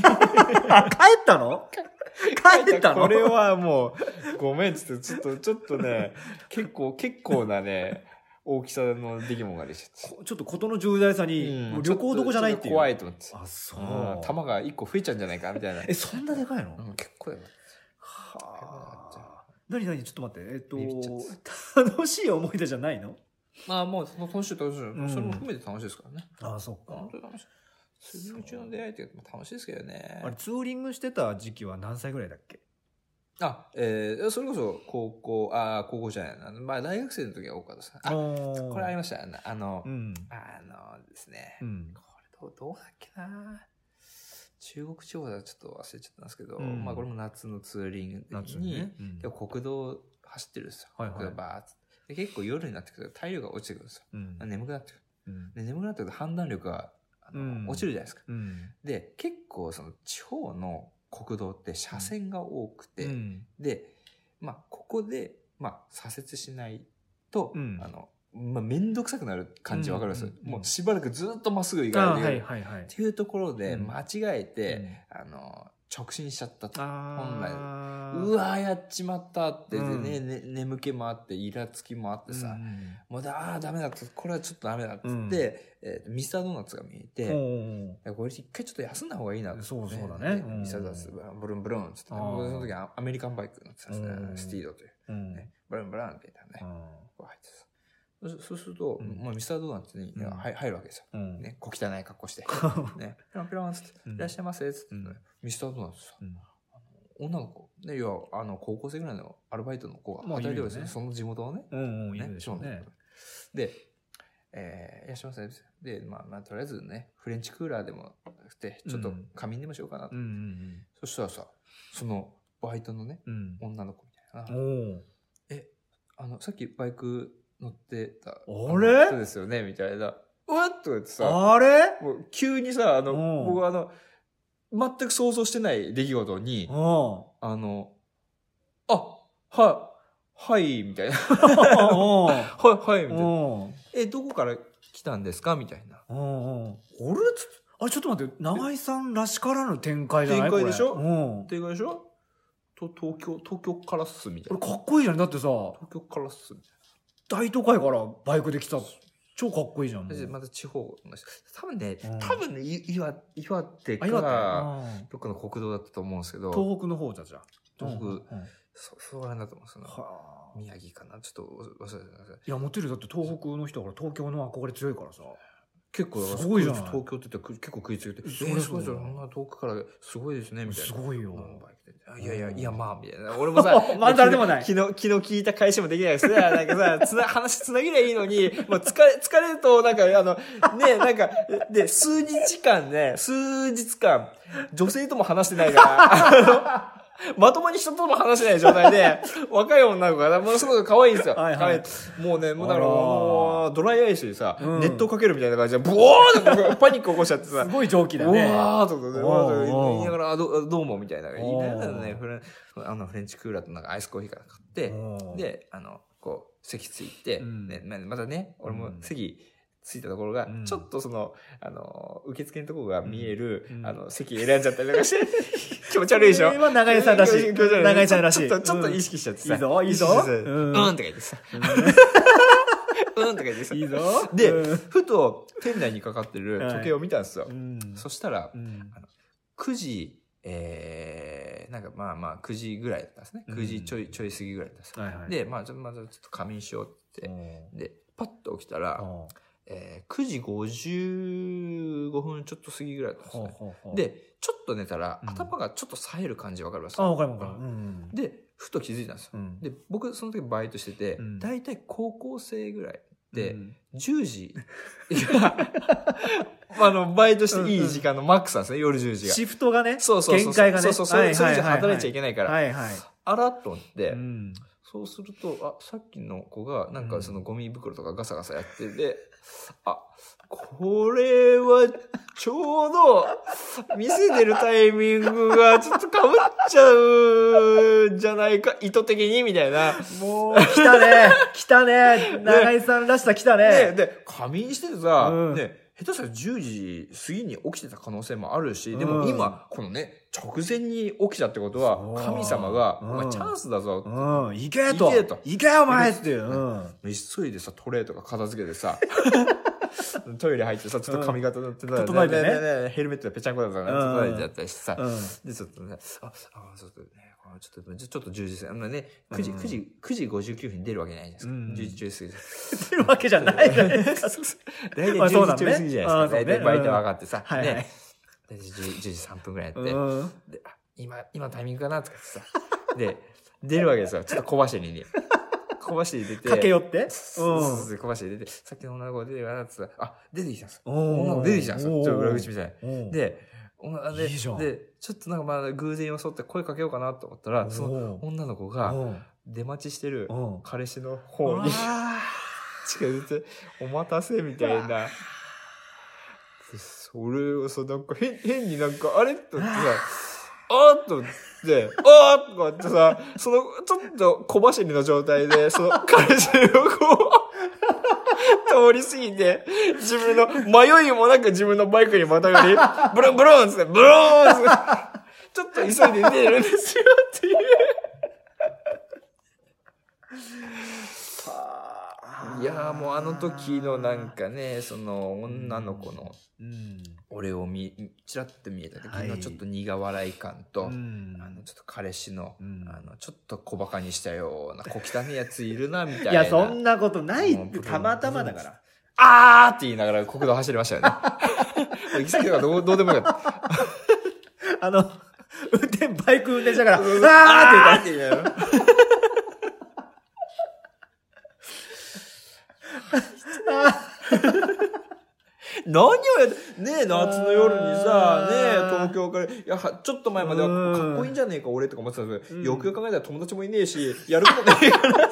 [SPEAKER 1] たの帰ったの
[SPEAKER 2] これはもう、ごめんっつって、ちょっと、ちょっと ね、結構、結構なね、大きさの出来物ができちゃっ
[SPEAKER 1] こちょっと事の重大さ
[SPEAKER 2] た。
[SPEAKER 1] に、もう旅行どこじゃないっていう
[SPEAKER 2] ちょと怖いと思って。
[SPEAKER 1] あそう
[SPEAKER 2] うん、弾が一個増えちゃうんじゃないか、みたいな。
[SPEAKER 1] えそんなでかいの、
[SPEAKER 2] うん、結構やばい。
[SPEAKER 1] はあ何何ちょっと待ってえっと
[SPEAKER 2] ビビっちゃっ
[SPEAKER 1] 楽しい思い出じゃないの
[SPEAKER 2] まあ、もう、その楽しい楽しい。
[SPEAKER 1] ん
[SPEAKER 2] それも含めて楽しいですからね。
[SPEAKER 1] ああそっ
[SPEAKER 2] 本当に楽しい。スリム中の出会いってまあ楽しいですけどね。
[SPEAKER 1] あれツーリングしてた時期は何歳ぐらいだっけ
[SPEAKER 2] あ、えーそれこそ高校、あー高校じゃないな。まあ大学生の時は多かったですね。あ、こ
[SPEAKER 1] こ
[SPEAKER 2] れありました。あの、あの
[SPEAKER 1] うん、
[SPEAKER 2] あのですね。
[SPEAKER 1] うん
[SPEAKER 2] これどう、どうだっけな。中国地方だとちょっと忘れちゃったんですけど、
[SPEAKER 1] うん
[SPEAKER 2] まあこれも夏のツーリングの時
[SPEAKER 1] 夏
[SPEAKER 2] に、
[SPEAKER 1] に、ねうん
[SPEAKER 2] でも国道走ってるんですよ。
[SPEAKER 1] はいはい
[SPEAKER 2] 国道バーッつってで結構夜になってくると体力が落ちてくるんですよ。
[SPEAKER 1] うん
[SPEAKER 2] 眠くなってくる。
[SPEAKER 1] うん
[SPEAKER 2] で眠くなってくると判断力があの
[SPEAKER 1] うん
[SPEAKER 2] 落ちるじゃないですか。
[SPEAKER 1] うん
[SPEAKER 2] で、結構その地方の国道って車線が多くて、
[SPEAKER 1] うん
[SPEAKER 2] で、まあここで、まあ左折しないと、
[SPEAKER 1] うん
[SPEAKER 2] あの、まあめんどくさくなる感じわかるんですよ
[SPEAKER 1] うんうんうん
[SPEAKER 2] もうしばらくずっとまっすぐ行
[SPEAKER 1] あ
[SPEAKER 2] かないといけな
[SPEAKER 1] はいいはいはい
[SPEAKER 2] っていうところで
[SPEAKER 1] うん
[SPEAKER 2] 間違えて、あの直進しちゃったと
[SPEAKER 1] あー
[SPEAKER 2] うわーやっちまったって、で
[SPEAKER 1] うん
[SPEAKER 2] ねね眠気もあってイラつきもあってさ、
[SPEAKER 1] うん
[SPEAKER 2] もうだあーダメだとこれはちょっとダメだっつって、えーミスタードーナツが見えて、
[SPEAKER 1] おうおう
[SPEAKER 2] いやこれ一回ちょっと休んだ方がいいなって、
[SPEAKER 1] そうそうだね
[SPEAKER 2] で
[SPEAKER 1] うん
[SPEAKER 2] ミスタードーナツブルンブルンっつって
[SPEAKER 1] あー
[SPEAKER 2] 僕その時はアメリカンバイク乗ってたんですね、
[SPEAKER 1] うん
[SPEAKER 2] スティードという、
[SPEAKER 1] うん
[SPEAKER 2] ね、ブルンブルンって言ったらね、
[SPEAKER 1] う
[SPEAKER 2] こう入ってさそうそうすると、
[SPEAKER 1] うん
[SPEAKER 2] もうミスタードーナツに、ね
[SPEAKER 1] うん
[SPEAKER 2] 入入るわけですよ、
[SPEAKER 1] ん
[SPEAKER 2] ね、小汚い格好して ね、ピロンピロンっつって、
[SPEAKER 1] うん
[SPEAKER 2] いらっしゃいませっつって、
[SPEAKER 1] うん
[SPEAKER 2] ミスタードーナツさ、
[SPEAKER 1] うん
[SPEAKER 2] 女の子、ね、いや、あの、高校生ぐらいのアルバイトの子が
[SPEAKER 1] まあ
[SPEAKER 2] 働いてるんですよ、
[SPEAKER 1] いるよね
[SPEAKER 2] その地元のね。
[SPEAKER 1] うんうんい
[SPEAKER 2] ね
[SPEAKER 1] るでしょうね
[SPEAKER 2] で、えーいらっしゃいませ。で、まあ、まあ、とりあえずね、フレンチクーラーでもなくて、ちょっと
[SPEAKER 1] うん
[SPEAKER 2] 仮眠でもしようかなと。
[SPEAKER 1] うんうん
[SPEAKER 2] そしたらさ、その、バイトのね、
[SPEAKER 1] うん
[SPEAKER 2] 女の子みたい
[SPEAKER 1] う。
[SPEAKER 2] な
[SPEAKER 1] ん
[SPEAKER 2] え、あの、さっきバイク乗ってた。
[SPEAKER 1] あれ
[SPEAKER 2] そうですよね、みたいな。うわっとかってさ、
[SPEAKER 1] おあれ
[SPEAKER 2] もう急にさ、あの、
[SPEAKER 1] うん
[SPEAKER 2] 僕はあの、全く想像してない出来事に、
[SPEAKER 1] お
[SPEAKER 2] あの、あ、は、はい、み たいな。
[SPEAKER 1] おう
[SPEAKER 2] はい、はい、みたいな。
[SPEAKER 1] おう
[SPEAKER 2] え、どこから来たんですかみたいな。
[SPEAKER 1] おおあれつあれちょっと待って長井さんらしからぬ展開じゃない
[SPEAKER 2] 展開でしょ
[SPEAKER 1] これうん
[SPEAKER 2] っていうでしょと、東京、東京からっす、みたい
[SPEAKER 1] これ
[SPEAKER 2] な。
[SPEAKER 1] かっこいいじゃんだってさ
[SPEAKER 2] 東京からっす、みたい
[SPEAKER 1] 大都会からバイクで来た超かっこいいじゃん
[SPEAKER 2] な。でまた地方の人。多分ね
[SPEAKER 1] うん、
[SPEAKER 2] 多分ね、い岩岩手
[SPEAKER 1] あ
[SPEAKER 2] か
[SPEAKER 1] よ
[SPEAKER 2] ら、
[SPEAKER 1] かった
[SPEAKER 2] どっかの国道だったと思うんですけど、
[SPEAKER 1] うん東北の方じゃじゃあ
[SPEAKER 2] 東北
[SPEAKER 1] うんうん
[SPEAKER 2] そ、そうなんだと思うんですよね。
[SPEAKER 1] はあ
[SPEAKER 2] 宮城かなちょっと忘れてください。
[SPEAKER 1] いやモテるよだって東北の人から東京の憧れ強いからさ
[SPEAKER 2] 結構だから、
[SPEAKER 1] すごいじゃない
[SPEAKER 2] 東京って言ったらく結構食いついて、え
[SPEAKER 1] そりゃ
[SPEAKER 2] ー、す
[SPEAKER 1] そ
[SPEAKER 2] ご
[SPEAKER 1] う
[SPEAKER 2] い
[SPEAKER 1] だ
[SPEAKER 2] じ
[SPEAKER 1] よ
[SPEAKER 2] ゃん。あんな遠くから、すごいですね、みたいな。
[SPEAKER 1] すごいよ
[SPEAKER 2] うんバイクであいやいや、
[SPEAKER 1] うん、
[SPEAKER 2] いや、まあ、みたいな。俺もさ
[SPEAKER 1] まあ誰でもない
[SPEAKER 2] 昨日、昨日聞いた返しもできないですね。 なんかさ、つな、話つなげりゃいいのに、もう疲れ、疲れると、なんか、あの、ね、なんか、で、数日間ね、数日間、女性とも話してないから、あのまともに人とも話してない状態で、若い女の子がな、ものすごく可愛いんですよ。
[SPEAKER 1] はいはい
[SPEAKER 2] 可愛いもうね、もうだから、
[SPEAKER 1] あら
[SPEAKER 2] もうドライアイスにさ、
[SPEAKER 1] うん
[SPEAKER 2] 熱湯かけるみたいな感じで、ブオーって僕パニック起こしちゃってさ
[SPEAKER 1] す、ごい蒸気だ
[SPEAKER 2] う
[SPEAKER 1] ね
[SPEAKER 2] わーとかね、
[SPEAKER 1] おー
[SPEAKER 2] うわーとか言いながら、あどどうもみたいな。言いながらね、
[SPEAKER 1] おー
[SPEAKER 2] フレンあのフレンチクーラーとなんかアイスコーヒーから買って、
[SPEAKER 1] うん
[SPEAKER 2] で、あの、こう、席ついて、
[SPEAKER 1] うん
[SPEAKER 2] ねままたね、俺も
[SPEAKER 1] うん
[SPEAKER 2] 席ついたところが、
[SPEAKER 1] うん
[SPEAKER 2] ちょっとその、あの、受付のところが見える、
[SPEAKER 1] うん
[SPEAKER 2] あの、席選んじゃったりとかして、 気持ち悪いでしょ
[SPEAKER 1] これは長井さんらしい
[SPEAKER 2] 気持ち悪
[SPEAKER 1] 長井さんらしい
[SPEAKER 2] ちょっと、ちょっと
[SPEAKER 1] うん
[SPEAKER 2] 意識しちゃってさ。
[SPEAKER 1] いいぞいいぞ
[SPEAKER 2] 意識しちゃっ
[SPEAKER 1] う
[SPEAKER 2] て
[SPEAKER 1] ん
[SPEAKER 2] うんとか言ってさ。 うんとか言ってさ。
[SPEAKER 1] いいぞ
[SPEAKER 2] で、
[SPEAKER 1] うん
[SPEAKER 2] ふと店内にかかってる時計を見たんですよ。
[SPEAKER 1] うん
[SPEAKER 2] そしたら
[SPEAKER 1] う、ん
[SPEAKER 2] 9時、えー、なんかまあまあ9時ぐらいだったんですね。
[SPEAKER 1] うん
[SPEAKER 2] 9時ちょい、ちょい過ぎぐらいだったんです。
[SPEAKER 1] はいはい
[SPEAKER 2] で、まあちょ,、まあ、ちょっと仮眠しようっ
[SPEAKER 1] う
[SPEAKER 2] て。
[SPEAKER 1] ん
[SPEAKER 2] で、パッと起きたら、
[SPEAKER 1] ほ
[SPEAKER 2] えー、9時55分ちょっと過ぎぐらいだったん
[SPEAKER 1] う
[SPEAKER 2] ですね。
[SPEAKER 1] ほうほう
[SPEAKER 2] で、ちょっと寝たら、
[SPEAKER 1] うん
[SPEAKER 2] 頭がちょっと冴える感じわかります
[SPEAKER 1] あわかるわかるうん
[SPEAKER 2] で、ふと気づいたんですよ。
[SPEAKER 1] うん
[SPEAKER 2] で、僕その時バイトしてて、
[SPEAKER 1] うん
[SPEAKER 2] 大体高校生ぐらいで、
[SPEAKER 1] うん
[SPEAKER 2] 10時が、 まああの、バイトしていい時間のマックスなんですね、夜10時が。
[SPEAKER 1] シフトがね
[SPEAKER 2] そうそうそう。
[SPEAKER 1] 限界がね
[SPEAKER 2] そうそうそう。
[SPEAKER 1] はい
[SPEAKER 2] そ
[SPEAKER 1] はい
[SPEAKER 2] れ以上
[SPEAKER 1] はい
[SPEAKER 2] 働いちゃいけないから。
[SPEAKER 1] はいはい
[SPEAKER 2] あらっと思って、
[SPEAKER 1] うん
[SPEAKER 2] そうすると、あ、さっきの子が、なん
[SPEAKER 1] う
[SPEAKER 2] か
[SPEAKER 1] ん
[SPEAKER 2] そのゴミ袋とかガサガサやってて、あ、これは、ちょうど、見せてるタイミングが、ちょっと被っちゃうんじゃないか、 意図的に、みたいな。
[SPEAKER 1] もう、来たね。来たね。長井さんらしさ来た
[SPEAKER 2] で、
[SPEAKER 1] ね。
[SPEAKER 2] で、仮眠しててさ、
[SPEAKER 1] うん
[SPEAKER 2] ね、下手したら10時過ぎに起きてた可能性もあるし、で
[SPEAKER 1] う
[SPEAKER 2] も
[SPEAKER 1] ん
[SPEAKER 2] 今、このね、直前に起きたってことは
[SPEAKER 1] そう、
[SPEAKER 2] 神様が、
[SPEAKER 1] うん
[SPEAKER 2] お前チャンスだぞ、
[SPEAKER 1] うん。行けと。
[SPEAKER 2] 行けと
[SPEAKER 1] 行けお前っていう。 うん。
[SPEAKER 2] 急いでさ、トレーとか片付けて さ、トイレ入ってさ、ちょっと髪型のってた
[SPEAKER 1] 整えてね
[SPEAKER 2] ヘルメットでぺちゃんこだったから、
[SPEAKER 1] うん
[SPEAKER 2] 整えてやったりしてさ、
[SPEAKER 1] うん。
[SPEAKER 2] で、ちょっとね、あ、あ、ちょっとね、このちょっと、ちょちょっと10時過ぎ、あのね、9時、
[SPEAKER 1] うん
[SPEAKER 2] 9時、9時59分に出るわけないじゃないですか。
[SPEAKER 1] うん
[SPEAKER 2] 10時、10時過ぎて。
[SPEAKER 1] ってるわ けじゃないじゃないですか。
[SPEAKER 2] 大体
[SPEAKER 1] まあそう
[SPEAKER 2] 10
[SPEAKER 1] だ
[SPEAKER 2] 時
[SPEAKER 1] ね
[SPEAKER 2] 過ぎじゃないですか。
[SPEAKER 1] あーそうね
[SPEAKER 2] 大体バイト上がってさ、
[SPEAKER 1] うんはいはい
[SPEAKER 2] ね。大体 10, 10時3分ぐらいやって、
[SPEAKER 1] うん。
[SPEAKER 2] であ今、今タイミングかなとかってさ、で、出るわけですよ。ちょっと小走りに。 小走りに出て。
[SPEAKER 1] 駆け寄って。
[SPEAKER 2] そうそうそう小走りで出て、さっきの女の子が出てきたなって言ったらあ、出てきたんです。
[SPEAKER 1] うん。
[SPEAKER 2] 女の子出てきたんですよ。ちょっと裏口み
[SPEAKER 1] た
[SPEAKER 2] たい
[SPEAKER 1] い
[SPEAKER 2] な。で、うんで
[SPEAKER 1] いいじゃん
[SPEAKER 2] で、ちょっとなんかまあ偶然装って声かけようかなと思ったら、その
[SPEAKER 1] の
[SPEAKER 2] 女の子が
[SPEAKER 1] うん
[SPEAKER 2] 出待ちしてる
[SPEAKER 1] うん
[SPEAKER 2] 彼氏の方に
[SPEAKER 1] あ
[SPEAKER 2] 近づいて、お待たせみたいな。それをさ、なんか変、変になんか、あれって思ってさ、あーっと思って、あーっとかってさ、その、ちょっと小走りの状態で、その彼氏をこう、通り過ぎて、自分の、迷いもなく自分のバイクにまたがり、ブルンブルンっつって、ブルンっつって、ちょっと急いで出るんですよっていう。
[SPEAKER 1] ー
[SPEAKER 2] いやーもうあの時のなんかね、その女の子の
[SPEAKER 1] うん
[SPEAKER 2] 俺を見、ちらっと見えた時
[SPEAKER 1] は
[SPEAKER 2] の
[SPEAKER 1] い
[SPEAKER 2] ちょっと苦笑い感と、
[SPEAKER 1] うん
[SPEAKER 2] あの、ちょっと彼氏の、
[SPEAKER 1] うん
[SPEAKER 2] あの、ちょっと小馬鹿にしたような、小汚いやついるな、みたいな。
[SPEAKER 1] いやそんなことない
[SPEAKER 2] もう
[SPEAKER 1] ってたまたまだから
[SPEAKER 2] あーって言いながら国道走り ましたよね。行き先とかどうどうでもよかった。
[SPEAKER 1] あの運転バイク運転しながら「あー」って言った
[SPEAKER 2] あーって言いながら。何をやって、ねえ、夏の夜にさ、
[SPEAKER 1] あ
[SPEAKER 2] ねえ
[SPEAKER 1] ー、
[SPEAKER 2] 東京から、いや、はちょっと前までは
[SPEAKER 1] うん
[SPEAKER 2] かっこいいんじゃねえか、俺とか思ってたんですけど、
[SPEAKER 1] うん
[SPEAKER 2] よくよく考えたら友達もいねえし、やることねえから。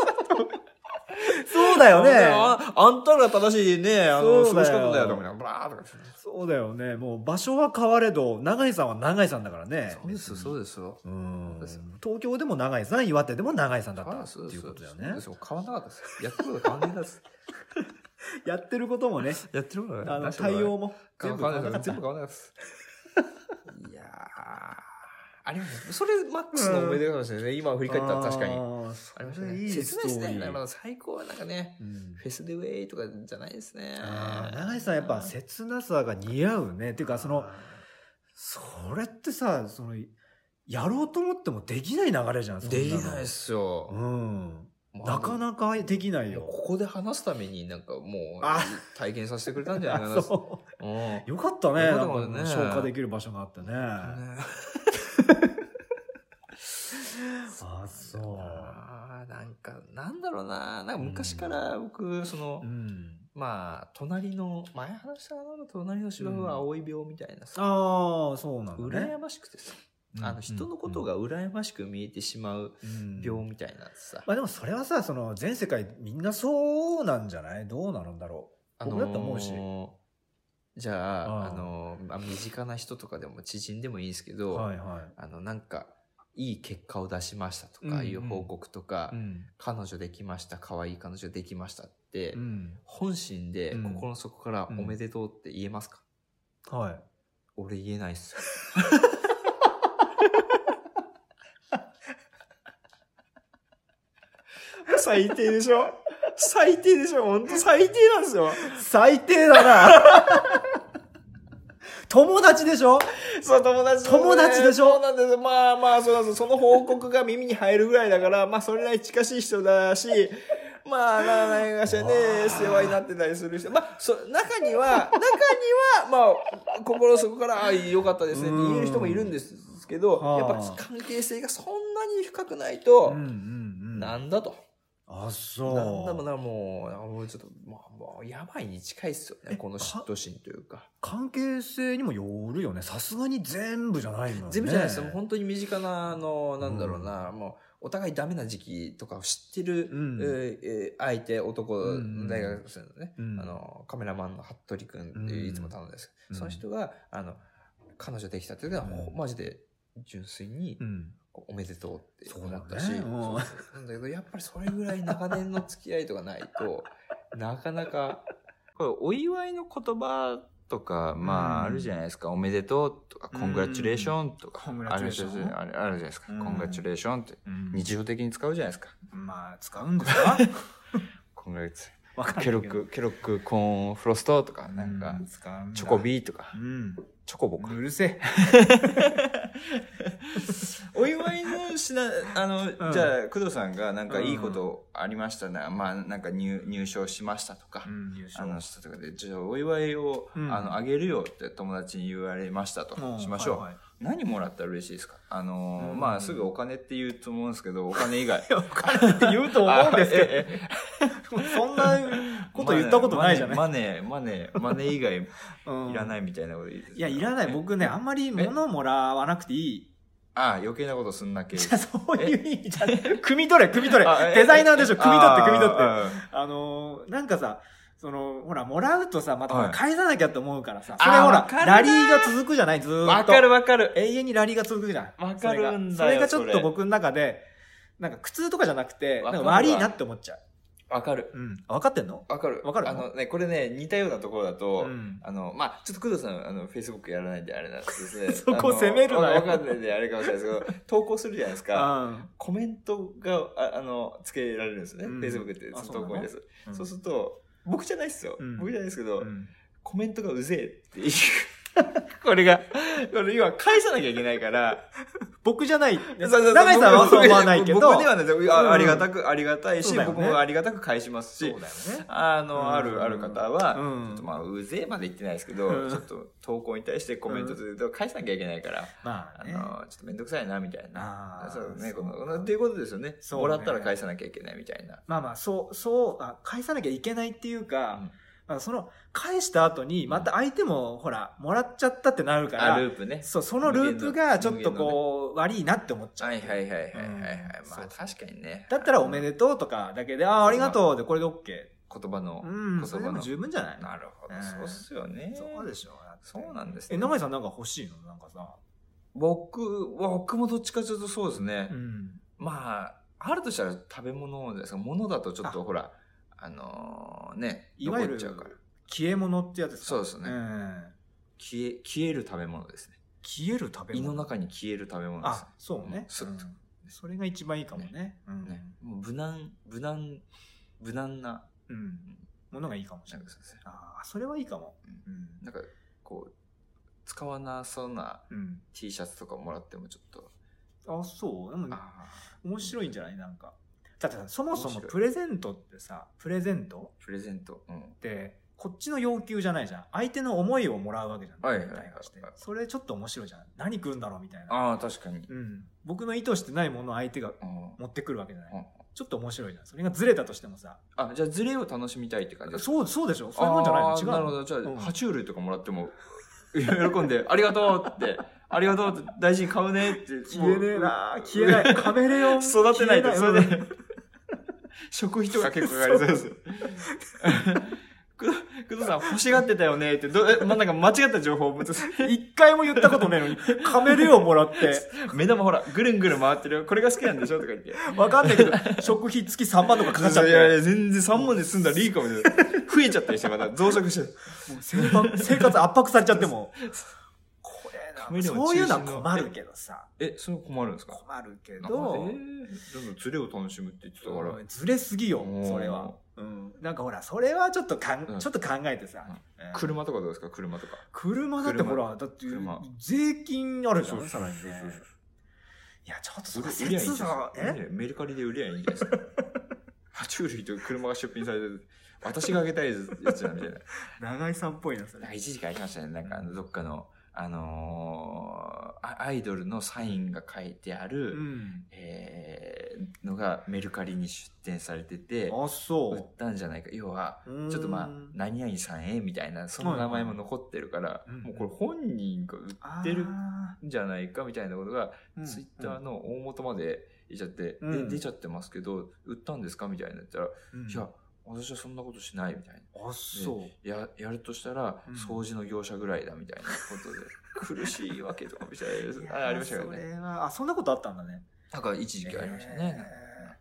[SPEAKER 1] そうだよね
[SPEAKER 2] ああんたら正しいね、あの、
[SPEAKER 1] そう
[SPEAKER 2] 過
[SPEAKER 1] だ
[SPEAKER 2] ご
[SPEAKER 1] よ
[SPEAKER 2] し方だよ、とかね、ブラーとか。
[SPEAKER 1] そうだよねもう場所は変われど永井さんは永井さんだからね
[SPEAKER 2] そうですよ。
[SPEAKER 1] うん
[SPEAKER 2] うですよ
[SPEAKER 1] 東京でも永井さん岩手でも永井さんだったっ
[SPEAKER 2] あそ
[SPEAKER 1] て
[SPEAKER 2] うで
[SPEAKER 1] いう
[SPEAKER 2] すそ
[SPEAKER 1] こ
[SPEAKER 2] う
[SPEAKER 1] と
[SPEAKER 2] で
[SPEAKER 1] だよね
[SPEAKER 2] すそうです変わんなかったです。やってることは変わんねえです。
[SPEAKER 1] やってることも ね
[SPEAKER 2] やってることは
[SPEAKER 1] あの対応も
[SPEAKER 2] 全
[SPEAKER 1] 全部
[SPEAKER 2] 部
[SPEAKER 1] 変
[SPEAKER 2] 買わ
[SPEAKER 1] わ
[SPEAKER 2] な
[SPEAKER 1] らな
[SPEAKER 2] い
[SPEAKER 1] かっ
[SPEAKER 2] で
[SPEAKER 1] た
[SPEAKER 2] す。全部買わなかった。 いやー、ありますね。それ、マックスの思い出かもしれないですね。今振り返ったら確かに。
[SPEAKER 1] あ
[SPEAKER 2] あ
[SPEAKER 1] ー
[SPEAKER 2] りまし
[SPEAKER 1] そ
[SPEAKER 2] た
[SPEAKER 1] れ
[SPEAKER 2] ね。
[SPEAKER 1] いい
[SPEAKER 2] 切
[SPEAKER 1] ス
[SPEAKER 2] ない
[SPEAKER 1] ト
[SPEAKER 2] で
[SPEAKER 1] ー
[SPEAKER 2] す
[SPEAKER 1] リ
[SPEAKER 2] ね。だか
[SPEAKER 1] ー
[SPEAKER 2] ら最高はなんかね、
[SPEAKER 1] うん
[SPEAKER 2] フェスでウェイとかじゃないですね。
[SPEAKER 1] あー永井さんやっぱ切なさが似合うねっていうかそのそれってさそのやろうと思ってもできない流れじゃんそんな
[SPEAKER 2] で
[SPEAKER 1] の
[SPEAKER 2] きないっすよ。
[SPEAKER 1] うんなか
[SPEAKER 2] か。
[SPEAKER 1] なかできないよ
[SPEAKER 2] ここで話すためになんかも
[SPEAKER 1] あ
[SPEAKER 2] う体験させてくれたんじゃない か
[SPEAKER 1] あ
[SPEAKER 2] な。
[SPEAKER 1] そ
[SPEAKER 2] うん
[SPEAKER 1] うよかったね
[SPEAKER 2] よ
[SPEAKER 1] な
[SPEAKER 2] かった
[SPEAKER 1] ん
[SPEAKER 2] こと
[SPEAKER 1] か
[SPEAKER 2] ね
[SPEAKER 1] ね消化できる場所があってねあそ
[SPEAKER 2] あーなんか、なんだろうな。なんか昔から僕、その
[SPEAKER 1] うう、ん
[SPEAKER 2] まあ、隣の、前話したかな隣の芝生は青い病みたいなさ、
[SPEAKER 1] ああそうなんだね
[SPEAKER 2] 羨ましくてさ、あの人のことが羨ましく見えてしまう
[SPEAKER 1] 病
[SPEAKER 2] 病みたいなさ、
[SPEAKER 1] まあでもそれはさその全世界みんなそうなんじゃないどうなるんだろ
[SPEAKER 2] あ
[SPEAKER 1] うん僕だって思うし
[SPEAKER 2] じゃあ、
[SPEAKER 1] あ
[SPEAKER 2] あ
[SPEAKER 1] ー
[SPEAKER 2] の、まあ、身近な人とかでも知人でもいいんですけ
[SPEAKER 1] う
[SPEAKER 2] ど、
[SPEAKER 1] はいはい
[SPEAKER 2] あの、なんか、いい結果を出しましたとかいう報告とか、
[SPEAKER 1] うん
[SPEAKER 2] 彼女できました、可愛い彼女できましたって、
[SPEAKER 1] うん
[SPEAKER 2] 本心で
[SPEAKER 1] うん
[SPEAKER 2] 心の底からおめでとうって言えますか、
[SPEAKER 1] はい
[SPEAKER 2] 俺言えないっす。 最低でしょ最低でしょ本当最低なんですよ。
[SPEAKER 1] 最低だな 友達でしょ
[SPEAKER 2] そう、友達、
[SPEAKER 1] 友達でしょ
[SPEAKER 2] そうなんです。まあまあ、そうなんです。その報告が耳に入るぐらいだから、まあ、それなりに近しい人だし、 まあ、なないがしらね、世話になってたりする人。まあ、そ、中 には、中には、まあ、心の底から、ああ、良かったですねって言える人もいるんですけど
[SPEAKER 1] うん、
[SPEAKER 2] やっぱ
[SPEAKER 1] はあ
[SPEAKER 2] 関係性がそんなに深くないと
[SPEAKER 1] うん、うんう
[SPEAKER 2] なんんだと。
[SPEAKER 1] あそう
[SPEAKER 2] なんだもんな、もう、もうちょっと、まあ、もう、やばいに近いっすよね。この嫉妬心というか。
[SPEAKER 1] 関係性にもよるよねさすがに全部じゃないもんね
[SPEAKER 2] 全部じゃないですよ。もう本当に身近な、あの、なんだろうな、もう、お互いダメな時期とかを知ってる、
[SPEAKER 1] うん
[SPEAKER 2] えーえー相手、男、
[SPEAKER 1] うん
[SPEAKER 2] 大学生のね、
[SPEAKER 1] うん
[SPEAKER 2] あの、カメラマンの服部君っていう
[SPEAKER 1] うん
[SPEAKER 2] いつも頼んですけ
[SPEAKER 1] うん
[SPEAKER 2] ど、その人が、あの、彼女できたっていうのは、
[SPEAKER 1] うん
[SPEAKER 2] マジで純粋に
[SPEAKER 1] う、ん
[SPEAKER 2] おめでとうって
[SPEAKER 1] そうだね
[SPEAKER 2] 思ったし、そううんそうなんだけど、やっぱりそれぐらい長年の付き合いとかない と、なかなか、これお祝いの言葉とか、まあ、
[SPEAKER 1] うん
[SPEAKER 2] あるじゃないですか。おめでとうとか、
[SPEAKER 1] うん
[SPEAKER 2] コングラチュレーションとか、
[SPEAKER 1] コング
[SPEAKER 2] あ
[SPEAKER 1] ラチュレーション
[SPEAKER 2] るじゃないですか。あれあるじゃないですか。
[SPEAKER 1] うん
[SPEAKER 2] コングラチュレーションって、日常的に使うじゃないですか。
[SPEAKER 1] まあ使うんです か
[SPEAKER 2] コングラチ
[SPEAKER 1] わか
[SPEAKER 2] ュケロック、ケロックコーンフロストとか、なんか、チョコビーとか
[SPEAKER 1] う、ん
[SPEAKER 2] チョコボか。
[SPEAKER 1] うるせえ
[SPEAKER 2] お祝いの品、 あの、
[SPEAKER 1] うん
[SPEAKER 2] じゃあ、工藤さんがなんかいいことありましたね。まあ、なんか入入賞しましたとか、あの、したとかで、じゃあお祝いを、
[SPEAKER 1] うん
[SPEAKER 2] あの、あげるよって友達に言われましたとしましょう。
[SPEAKER 1] はいはい
[SPEAKER 2] 何もらったら嬉しいですかあのー
[SPEAKER 1] うん
[SPEAKER 2] まあ、すぐお金って言うと 思うんですけど、お金以外。
[SPEAKER 1] お金って言うと思うんですけど そんなここと言ったことないじゃない、
[SPEAKER 2] マネー、マネー、マネー以外い
[SPEAKER 1] うん
[SPEAKER 2] らないみたいなこと言ってた
[SPEAKER 1] いや、いらない。。僕ね、あんまり物もらわなくていい。
[SPEAKER 2] ああ、余計なことすんな系。
[SPEAKER 1] じゃあそういう意味じゃない。 汲み取れ、汲み取れ。
[SPEAKER 2] え
[SPEAKER 1] デザイナーでしょ、汲み取って、
[SPEAKER 2] あ
[SPEAKER 1] 汲み取って。
[SPEAKER 2] あ
[SPEAKER 1] あのーなんかさ、その、ほら、もらうとさ、またほら
[SPEAKER 2] はい
[SPEAKER 1] 返さなきゃって思うからさ、
[SPEAKER 2] あー
[SPEAKER 1] それほ
[SPEAKER 2] わ
[SPEAKER 1] ら
[SPEAKER 2] かる、な
[SPEAKER 1] ラリーが続くじゃない、ず
[SPEAKER 2] あ
[SPEAKER 1] ーっと。
[SPEAKER 2] わかるわかる。
[SPEAKER 1] 永遠にラリーが続くじゃん。
[SPEAKER 2] わかるんだよ
[SPEAKER 1] それがそれがちょっ
[SPEAKER 2] そ
[SPEAKER 1] と
[SPEAKER 2] れ
[SPEAKER 1] 僕の中で、なんか苦痛とかじゃなくて、な
[SPEAKER 2] わ
[SPEAKER 1] ん
[SPEAKER 2] か
[SPEAKER 1] か
[SPEAKER 2] るわ
[SPEAKER 1] 悪いなって思っちゃう。
[SPEAKER 2] わかる。
[SPEAKER 1] うん。あ分かってんの
[SPEAKER 2] わかる。
[SPEAKER 1] わかる
[SPEAKER 2] あのね、これね、似たようなところだと、
[SPEAKER 1] うん
[SPEAKER 2] あの、まあ、ちょっと工藤さん、あの、Facebook やらないんであれなんですね。
[SPEAKER 1] そこ
[SPEAKER 2] あの
[SPEAKER 1] 責めるなよ
[SPEAKER 2] わかんないんであれかもしれないですけど、投稿するじゃないですか。コメントが、ああの、つけられるんですよね。
[SPEAKER 1] うん
[SPEAKER 2] Facebook って
[SPEAKER 1] あ、
[SPEAKER 2] その投稿にです。
[SPEAKER 1] うん
[SPEAKER 2] そうすると、僕じゃないっすよ。
[SPEAKER 1] うん
[SPEAKER 2] 僕じゃないですけど、
[SPEAKER 1] うん
[SPEAKER 2] コメントがうぜえっていう。これが、これ今返さなきゃいけないから。
[SPEAKER 1] 僕じゃない。
[SPEAKER 2] そ
[SPEAKER 1] 長
[SPEAKER 2] うそうそう
[SPEAKER 1] 井さんはそう思わないけど。
[SPEAKER 2] 僕僕ではね、
[SPEAKER 1] うん
[SPEAKER 2] あありがたく、ありがたい
[SPEAKER 1] そう
[SPEAKER 2] し、
[SPEAKER 1] だよね
[SPEAKER 2] 僕もありがたく返します
[SPEAKER 1] そう
[SPEAKER 2] し
[SPEAKER 1] だ、よね。
[SPEAKER 2] あ
[SPEAKER 1] うん
[SPEAKER 2] の、ある、ある方は、
[SPEAKER 1] うん
[SPEAKER 2] ちょっとまあ、うぜえまで言ってないですけ
[SPEAKER 1] う
[SPEAKER 2] ど、
[SPEAKER 1] ん
[SPEAKER 2] ちょっと投稿に対してコメントすると返さなきゃいけないから、
[SPEAKER 1] まあ
[SPEAKER 2] あ
[SPEAKER 1] ね。
[SPEAKER 2] の、ちょっとめんどくさいな、みたい
[SPEAKER 1] あ
[SPEAKER 2] な
[SPEAKER 1] ー。
[SPEAKER 2] そうね、
[SPEAKER 1] そ
[SPEAKER 2] こ
[SPEAKER 1] う
[SPEAKER 2] の、このっていうことですよね。
[SPEAKER 1] そうね
[SPEAKER 2] もらったら返さなきゃいけないみたいな。
[SPEAKER 1] まあまあ、そう、そう、あ返さなきゃいけないっていうか、
[SPEAKER 2] うん
[SPEAKER 1] まあその、返した後に、また相手も、ほら、もらっちゃったってなるか
[SPEAKER 2] あ、
[SPEAKER 1] ら、
[SPEAKER 2] ループね。
[SPEAKER 1] そう、そのループがちょっとこう、悪いなって思っちゃう。
[SPEAKER 2] はいはいはいはいはい
[SPEAKER 1] う
[SPEAKER 2] はい
[SPEAKER 1] ん。
[SPEAKER 2] ま
[SPEAKER 1] そう
[SPEAKER 2] あ、確かにね。
[SPEAKER 1] だったらおめでとうとかだけで、ああ、ありがとうで、これで OK。
[SPEAKER 2] 言葉の、
[SPEAKER 1] うん、そ
[SPEAKER 2] 言
[SPEAKER 1] れでも
[SPEAKER 2] 葉の。
[SPEAKER 1] 十分じゃない
[SPEAKER 2] なるほど、
[SPEAKER 1] うん
[SPEAKER 2] そうっすよね。
[SPEAKER 1] そうでしょ。
[SPEAKER 2] そうなんです、
[SPEAKER 1] え、長井さんなんか欲しいのなんかさ。
[SPEAKER 2] 僕、僕もどっちかというとそうですね。
[SPEAKER 1] うん。
[SPEAKER 2] まあ、あるとしたら食べ物じゃないですか。物だとちょっとほら、あのーね、
[SPEAKER 1] いわゆ
[SPEAKER 2] 残
[SPEAKER 1] る
[SPEAKER 2] っちゃうから。
[SPEAKER 1] 消え物ってやつですか
[SPEAKER 2] そうです
[SPEAKER 1] う
[SPEAKER 2] ね、
[SPEAKER 1] ん。
[SPEAKER 2] 消え。消える食べ物ですね。
[SPEAKER 1] 消える食べ
[SPEAKER 2] 胃の
[SPEAKER 1] 物。
[SPEAKER 2] 中に消える食べ物です
[SPEAKER 1] あ、そうね
[SPEAKER 2] う。んスッと
[SPEAKER 1] うんそれが一番いいかもね。うん
[SPEAKER 2] ね。ね。もう無難、無難、無難な、
[SPEAKER 1] うん。ものがいいかもし
[SPEAKER 2] な
[SPEAKER 1] れ
[SPEAKER 2] ん
[SPEAKER 1] ない
[SPEAKER 2] か。そうですね
[SPEAKER 1] ああ、それはいいかも。
[SPEAKER 2] なんか、こう、使わなそうな
[SPEAKER 1] うん。
[SPEAKER 2] T シャツとかもらってもちょっと、
[SPEAKER 1] うん。あ、そうでも
[SPEAKER 2] ああ、
[SPEAKER 1] 面白いんじゃないなんか。だってさ、そもそも
[SPEAKER 2] 面白い
[SPEAKER 1] プレゼントってさ、プレゼント
[SPEAKER 2] プレゼント。うん。
[SPEAKER 1] って、こっちの要求じゃないじゃん。相手の思いをもらうわけじゃん。
[SPEAKER 2] はいはいはい
[SPEAKER 1] 相手に対してそれちょっと面白いじゃん。何来るんだろうみたいな。
[SPEAKER 2] ああ、確かに。
[SPEAKER 1] うん。僕の意図してないものを相手が
[SPEAKER 2] うん
[SPEAKER 1] 持ってくるわけじゃない。
[SPEAKER 2] うん
[SPEAKER 1] ちょっと面白いじゃん。それがずれたとしてもさ。
[SPEAKER 2] あ、じゃあズレを楽しみたいって感じですか
[SPEAKER 1] そう、そうでしょそういうもんじゃないの
[SPEAKER 2] あ
[SPEAKER 1] 違
[SPEAKER 2] ー
[SPEAKER 1] うの
[SPEAKER 2] なるほど。じゃあ、
[SPEAKER 1] うん
[SPEAKER 2] 爬虫類とかもらっても、 喜んで、ありがとうって、ありがとうって、大事に買うねって。。
[SPEAKER 1] 消えねえな消えないい。カメレオン。
[SPEAKER 2] 育てないと、そ
[SPEAKER 1] 消え
[SPEAKER 2] れで。 食費とか結構かかりそう ですよ。く工藤さん欲しがってたよねって、ど、え、ま、なんか間違った情報をぶつ、
[SPEAKER 1] 一回も言ったことないのに、カメレオンもらって。
[SPEAKER 2] 目玉ほら、ぐるんぐるん回ってるよ。これが好きなんでしょとか言って。
[SPEAKER 1] わかんないけど、食費月3万とかかかっちゃっ
[SPEAKER 2] いやい
[SPEAKER 1] て。
[SPEAKER 2] や、全然3万で済んだらいいかもしれない。増えちゃったりして、また増殖して。
[SPEAKER 1] もう生活生活圧迫されちゃっても。こ
[SPEAKER 2] カ
[SPEAKER 1] れ
[SPEAKER 2] メ
[SPEAKER 1] な、
[SPEAKER 2] レオン
[SPEAKER 1] そ
[SPEAKER 2] 中心の
[SPEAKER 1] ういうのは困るけどさ。
[SPEAKER 2] え、それ困るんですか
[SPEAKER 1] 困るけ
[SPEAKER 2] なんか
[SPEAKER 1] ど
[SPEAKER 2] え、ー、どんどんズレを楽しむって言ってたから。
[SPEAKER 1] うんずれすぎよ
[SPEAKER 2] お、ー
[SPEAKER 1] それは。うんなんかほら、それはちょっとか、
[SPEAKER 2] うんん
[SPEAKER 1] ちょっと考えてさ。うん
[SPEAKER 2] 車とかどうですか車とか。
[SPEAKER 1] 車だってほら、だって
[SPEAKER 2] 車、
[SPEAKER 1] 税金あるじゃん、さ
[SPEAKER 2] そうそうそう
[SPEAKER 1] らにね
[SPEAKER 2] そうそう。
[SPEAKER 1] いや、ちょっとそ
[SPEAKER 2] 売
[SPEAKER 1] れ、
[SPEAKER 2] り売りゃいいん
[SPEAKER 1] 節
[SPEAKER 2] じゃな
[SPEAKER 1] 度、
[SPEAKER 2] いです
[SPEAKER 1] え
[SPEAKER 2] かメルカリで売りゃいいんじゃないです か爬虫類と車が出品されてる。私があげたいやつなんじゃ ない
[SPEAKER 1] 長井さんっぽいな、そ
[SPEAKER 2] なんか
[SPEAKER 1] れ。
[SPEAKER 2] 一時期ありましたね。なんかあのどっかの、あのーあアイドルのサインが書いてある、
[SPEAKER 1] うん。
[SPEAKER 2] えーのがメルカリに出展されてて、
[SPEAKER 1] あ、
[SPEAKER 2] 売っ
[SPEAKER 1] そ
[SPEAKER 2] たんじゃないか。要は、
[SPEAKER 1] うーん。
[SPEAKER 2] ちょっとまあ、何々さんへみたいな、その名前も残ってるから、
[SPEAKER 1] うん
[SPEAKER 2] もうこれ本人が売
[SPEAKER 1] あー、
[SPEAKER 2] ってるんじゃないかみたいなことが、
[SPEAKER 1] うん
[SPEAKER 2] ツイッターの大元までいっちゃって、
[SPEAKER 1] うん
[SPEAKER 2] で出ちゃってますけど、売ったんですかみたいな言ったら、
[SPEAKER 1] うん
[SPEAKER 2] いや、私はそんなことしないみたいな。
[SPEAKER 1] あ、そう。
[SPEAKER 2] や、やるとしたら
[SPEAKER 1] うん、
[SPEAKER 2] 掃除の業者ぐらいだみたいなことで、 苦しいわけとかみたいです
[SPEAKER 1] い。やー
[SPEAKER 2] あありましたけど
[SPEAKER 1] そ
[SPEAKER 2] ね。
[SPEAKER 1] れは、あ、そんなことあったんだね。
[SPEAKER 2] なんか一時期ありましたね。
[SPEAKER 1] えー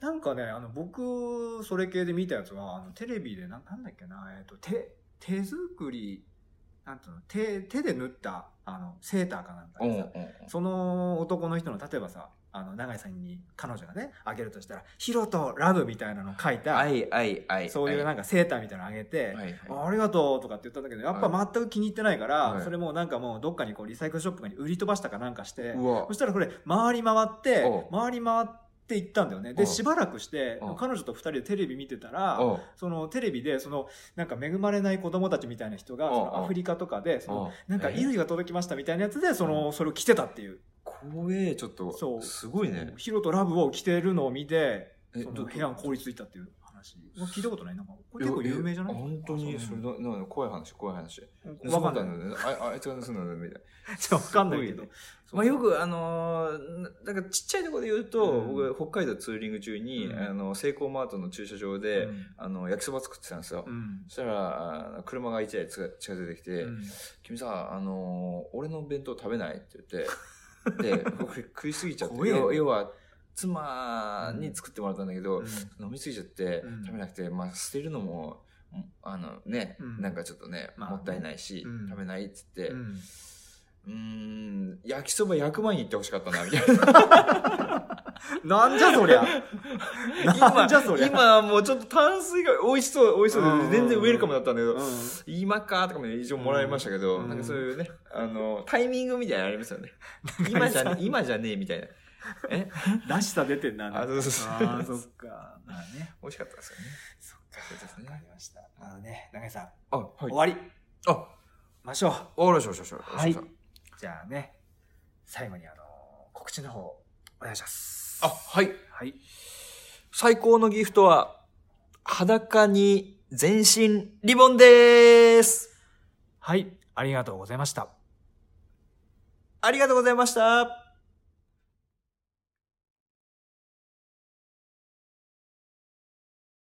[SPEAKER 1] なんかね、あの、僕、それ系で見たやつは、あのテレビでな、なんだっけな、えっ、と、手、手作り、なんていうの、手、手で縫った、あの、セーターかなんか
[SPEAKER 2] うん
[SPEAKER 1] で
[SPEAKER 2] うんう
[SPEAKER 1] さ、
[SPEAKER 2] ん。
[SPEAKER 1] その男の人の、例えばさ、あの、長井さんに、彼女がね、あげるとしたら、ヒロとラブみたいなの書いた、
[SPEAKER 2] はいはいはい。
[SPEAKER 1] そういうなん
[SPEAKER 2] か、
[SPEAKER 1] かセーターみたいなのあげて、
[SPEAKER 2] はい
[SPEAKER 1] あ
[SPEAKER 2] は
[SPEAKER 1] ありがとうとかって言ったんだけど、やっぱ全く気に入ってないから、
[SPEAKER 2] はい
[SPEAKER 1] それもうなんかもうどっかにこうリサイクルショップに売り飛ばしたかなんかして
[SPEAKER 2] い。、うわ
[SPEAKER 1] そ。したらこれ回り回って
[SPEAKER 2] おう、
[SPEAKER 1] 回り回って行ったんだよね。
[SPEAKER 2] お
[SPEAKER 1] で、
[SPEAKER 2] う
[SPEAKER 1] しばらくして
[SPEAKER 2] おう、
[SPEAKER 1] 彼女と二人でテレビ見てたら、
[SPEAKER 2] おう
[SPEAKER 1] そのテレビで、その、なんか恵まれない子供たちみたいな人が、
[SPEAKER 2] おう
[SPEAKER 1] そのアフリカとかで、そ
[SPEAKER 2] お
[SPEAKER 1] の、
[SPEAKER 2] う
[SPEAKER 1] なんか衣
[SPEAKER 2] えー
[SPEAKER 1] 類が届きましたみたいなやつで、その、それを着てたっていう。
[SPEAKER 2] 怖え、ちょっ
[SPEAKER 1] そ
[SPEAKER 2] と。
[SPEAKER 1] う
[SPEAKER 2] すごいね。
[SPEAKER 1] ヒロとラブを着てるのを見て、
[SPEAKER 2] え
[SPEAKER 1] その
[SPEAKER 2] ど
[SPEAKER 1] 部屋が凍りついたっていう話。話。うわ聞いたことない。なんか、これ結構有名じゃない
[SPEAKER 2] え本当に、
[SPEAKER 1] あ
[SPEAKER 2] そ
[SPEAKER 1] そう
[SPEAKER 2] れ、な、な、怖い話、怖い話。
[SPEAKER 1] わかんない。
[SPEAKER 2] い。ああいつが盗んだんだ、みたい
[SPEAKER 1] ちょっとわかんないけど
[SPEAKER 2] す。まあ、よく、あのー、ななんかちっちゃいところで言うと、
[SPEAKER 1] うん
[SPEAKER 2] 僕、北海道ツーリング中に、
[SPEAKER 1] うん
[SPEAKER 2] あの、セイコーマートの駐車場
[SPEAKER 1] う
[SPEAKER 2] で、
[SPEAKER 1] ん、
[SPEAKER 2] あの、焼きそば作ってたんですよ。
[SPEAKER 1] うん
[SPEAKER 2] そしたら、あ車が一台つが近づいてきて、
[SPEAKER 1] うん
[SPEAKER 2] 君さ、あのー俺の弁当食べないって言 って、で、僕食いすぎちゃって、
[SPEAKER 1] 怖えよ
[SPEAKER 2] 要要は、妻に作ってもらったんだけど、
[SPEAKER 1] うん
[SPEAKER 2] 飲みすぎちゃって
[SPEAKER 1] うん
[SPEAKER 2] 食べなくて、まあ捨てるのもんあのね、
[SPEAKER 1] うん
[SPEAKER 2] なんかちょっとね、
[SPEAKER 1] まあ
[SPEAKER 2] もったいないし、
[SPEAKER 1] うん
[SPEAKER 2] 食べないっつって、
[SPEAKER 1] う
[SPEAKER 2] うんーん焼きそば焼く前に行ってほしかったなみたいな
[SPEAKER 1] なんじゃそりゃ。 なんじゃそりゃ。
[SPEAKER 2] 今もうちょっと炭水が美味しそう美味しそうで、
[SPEAKER 1] うん
[SPEAKER 2] 全然ウェルカムだったんだけど、
[SPEAKER 1] うん
[SPEAKER 2] 今かとかも一応もらいましたけど、
[SPEAKER 1] うん
[SPEAKER 2] なんかそういうねあのタイミングみたいなのありますよ ね今じゃね今じゃねえみたいなえ
[SPEAKER 1] らしさ出てんな。
[SPEAKER 2] あそうそうそう
[SPEAKER 1] あーそっか。まあね。
[SPEAKER 2] 美味しかったですよね
[SPEAKER 1] そっ
[SPEAKER 2] そうですね
[SPEAKER 1] わかりました。あのね、長井さん、
[SPEAKER 2] あはい
[SPEAKER 1] 終わり
[SPEAKER 2] あわか
[SPEAKER 1] ましょう。
[SPEAKER 2] りましたわかりましたわか
[SPEAKER 1] は
[SPEAKER 2] り
[SPEAKER 1] い
[SPEAKER 2] まし。
[SPEAKER 1] じゃあね、最後にあの、告知の方、お願いします。
[SPEAKER 2] たあはい
[SPEAKER 1] はい。
[SPEAKER 2] 最高のギフトは、裸に全身リボンです。
[SPEAKER 1] はい。ありがとうございました。
[SPEAKER 2] ありがとうございました。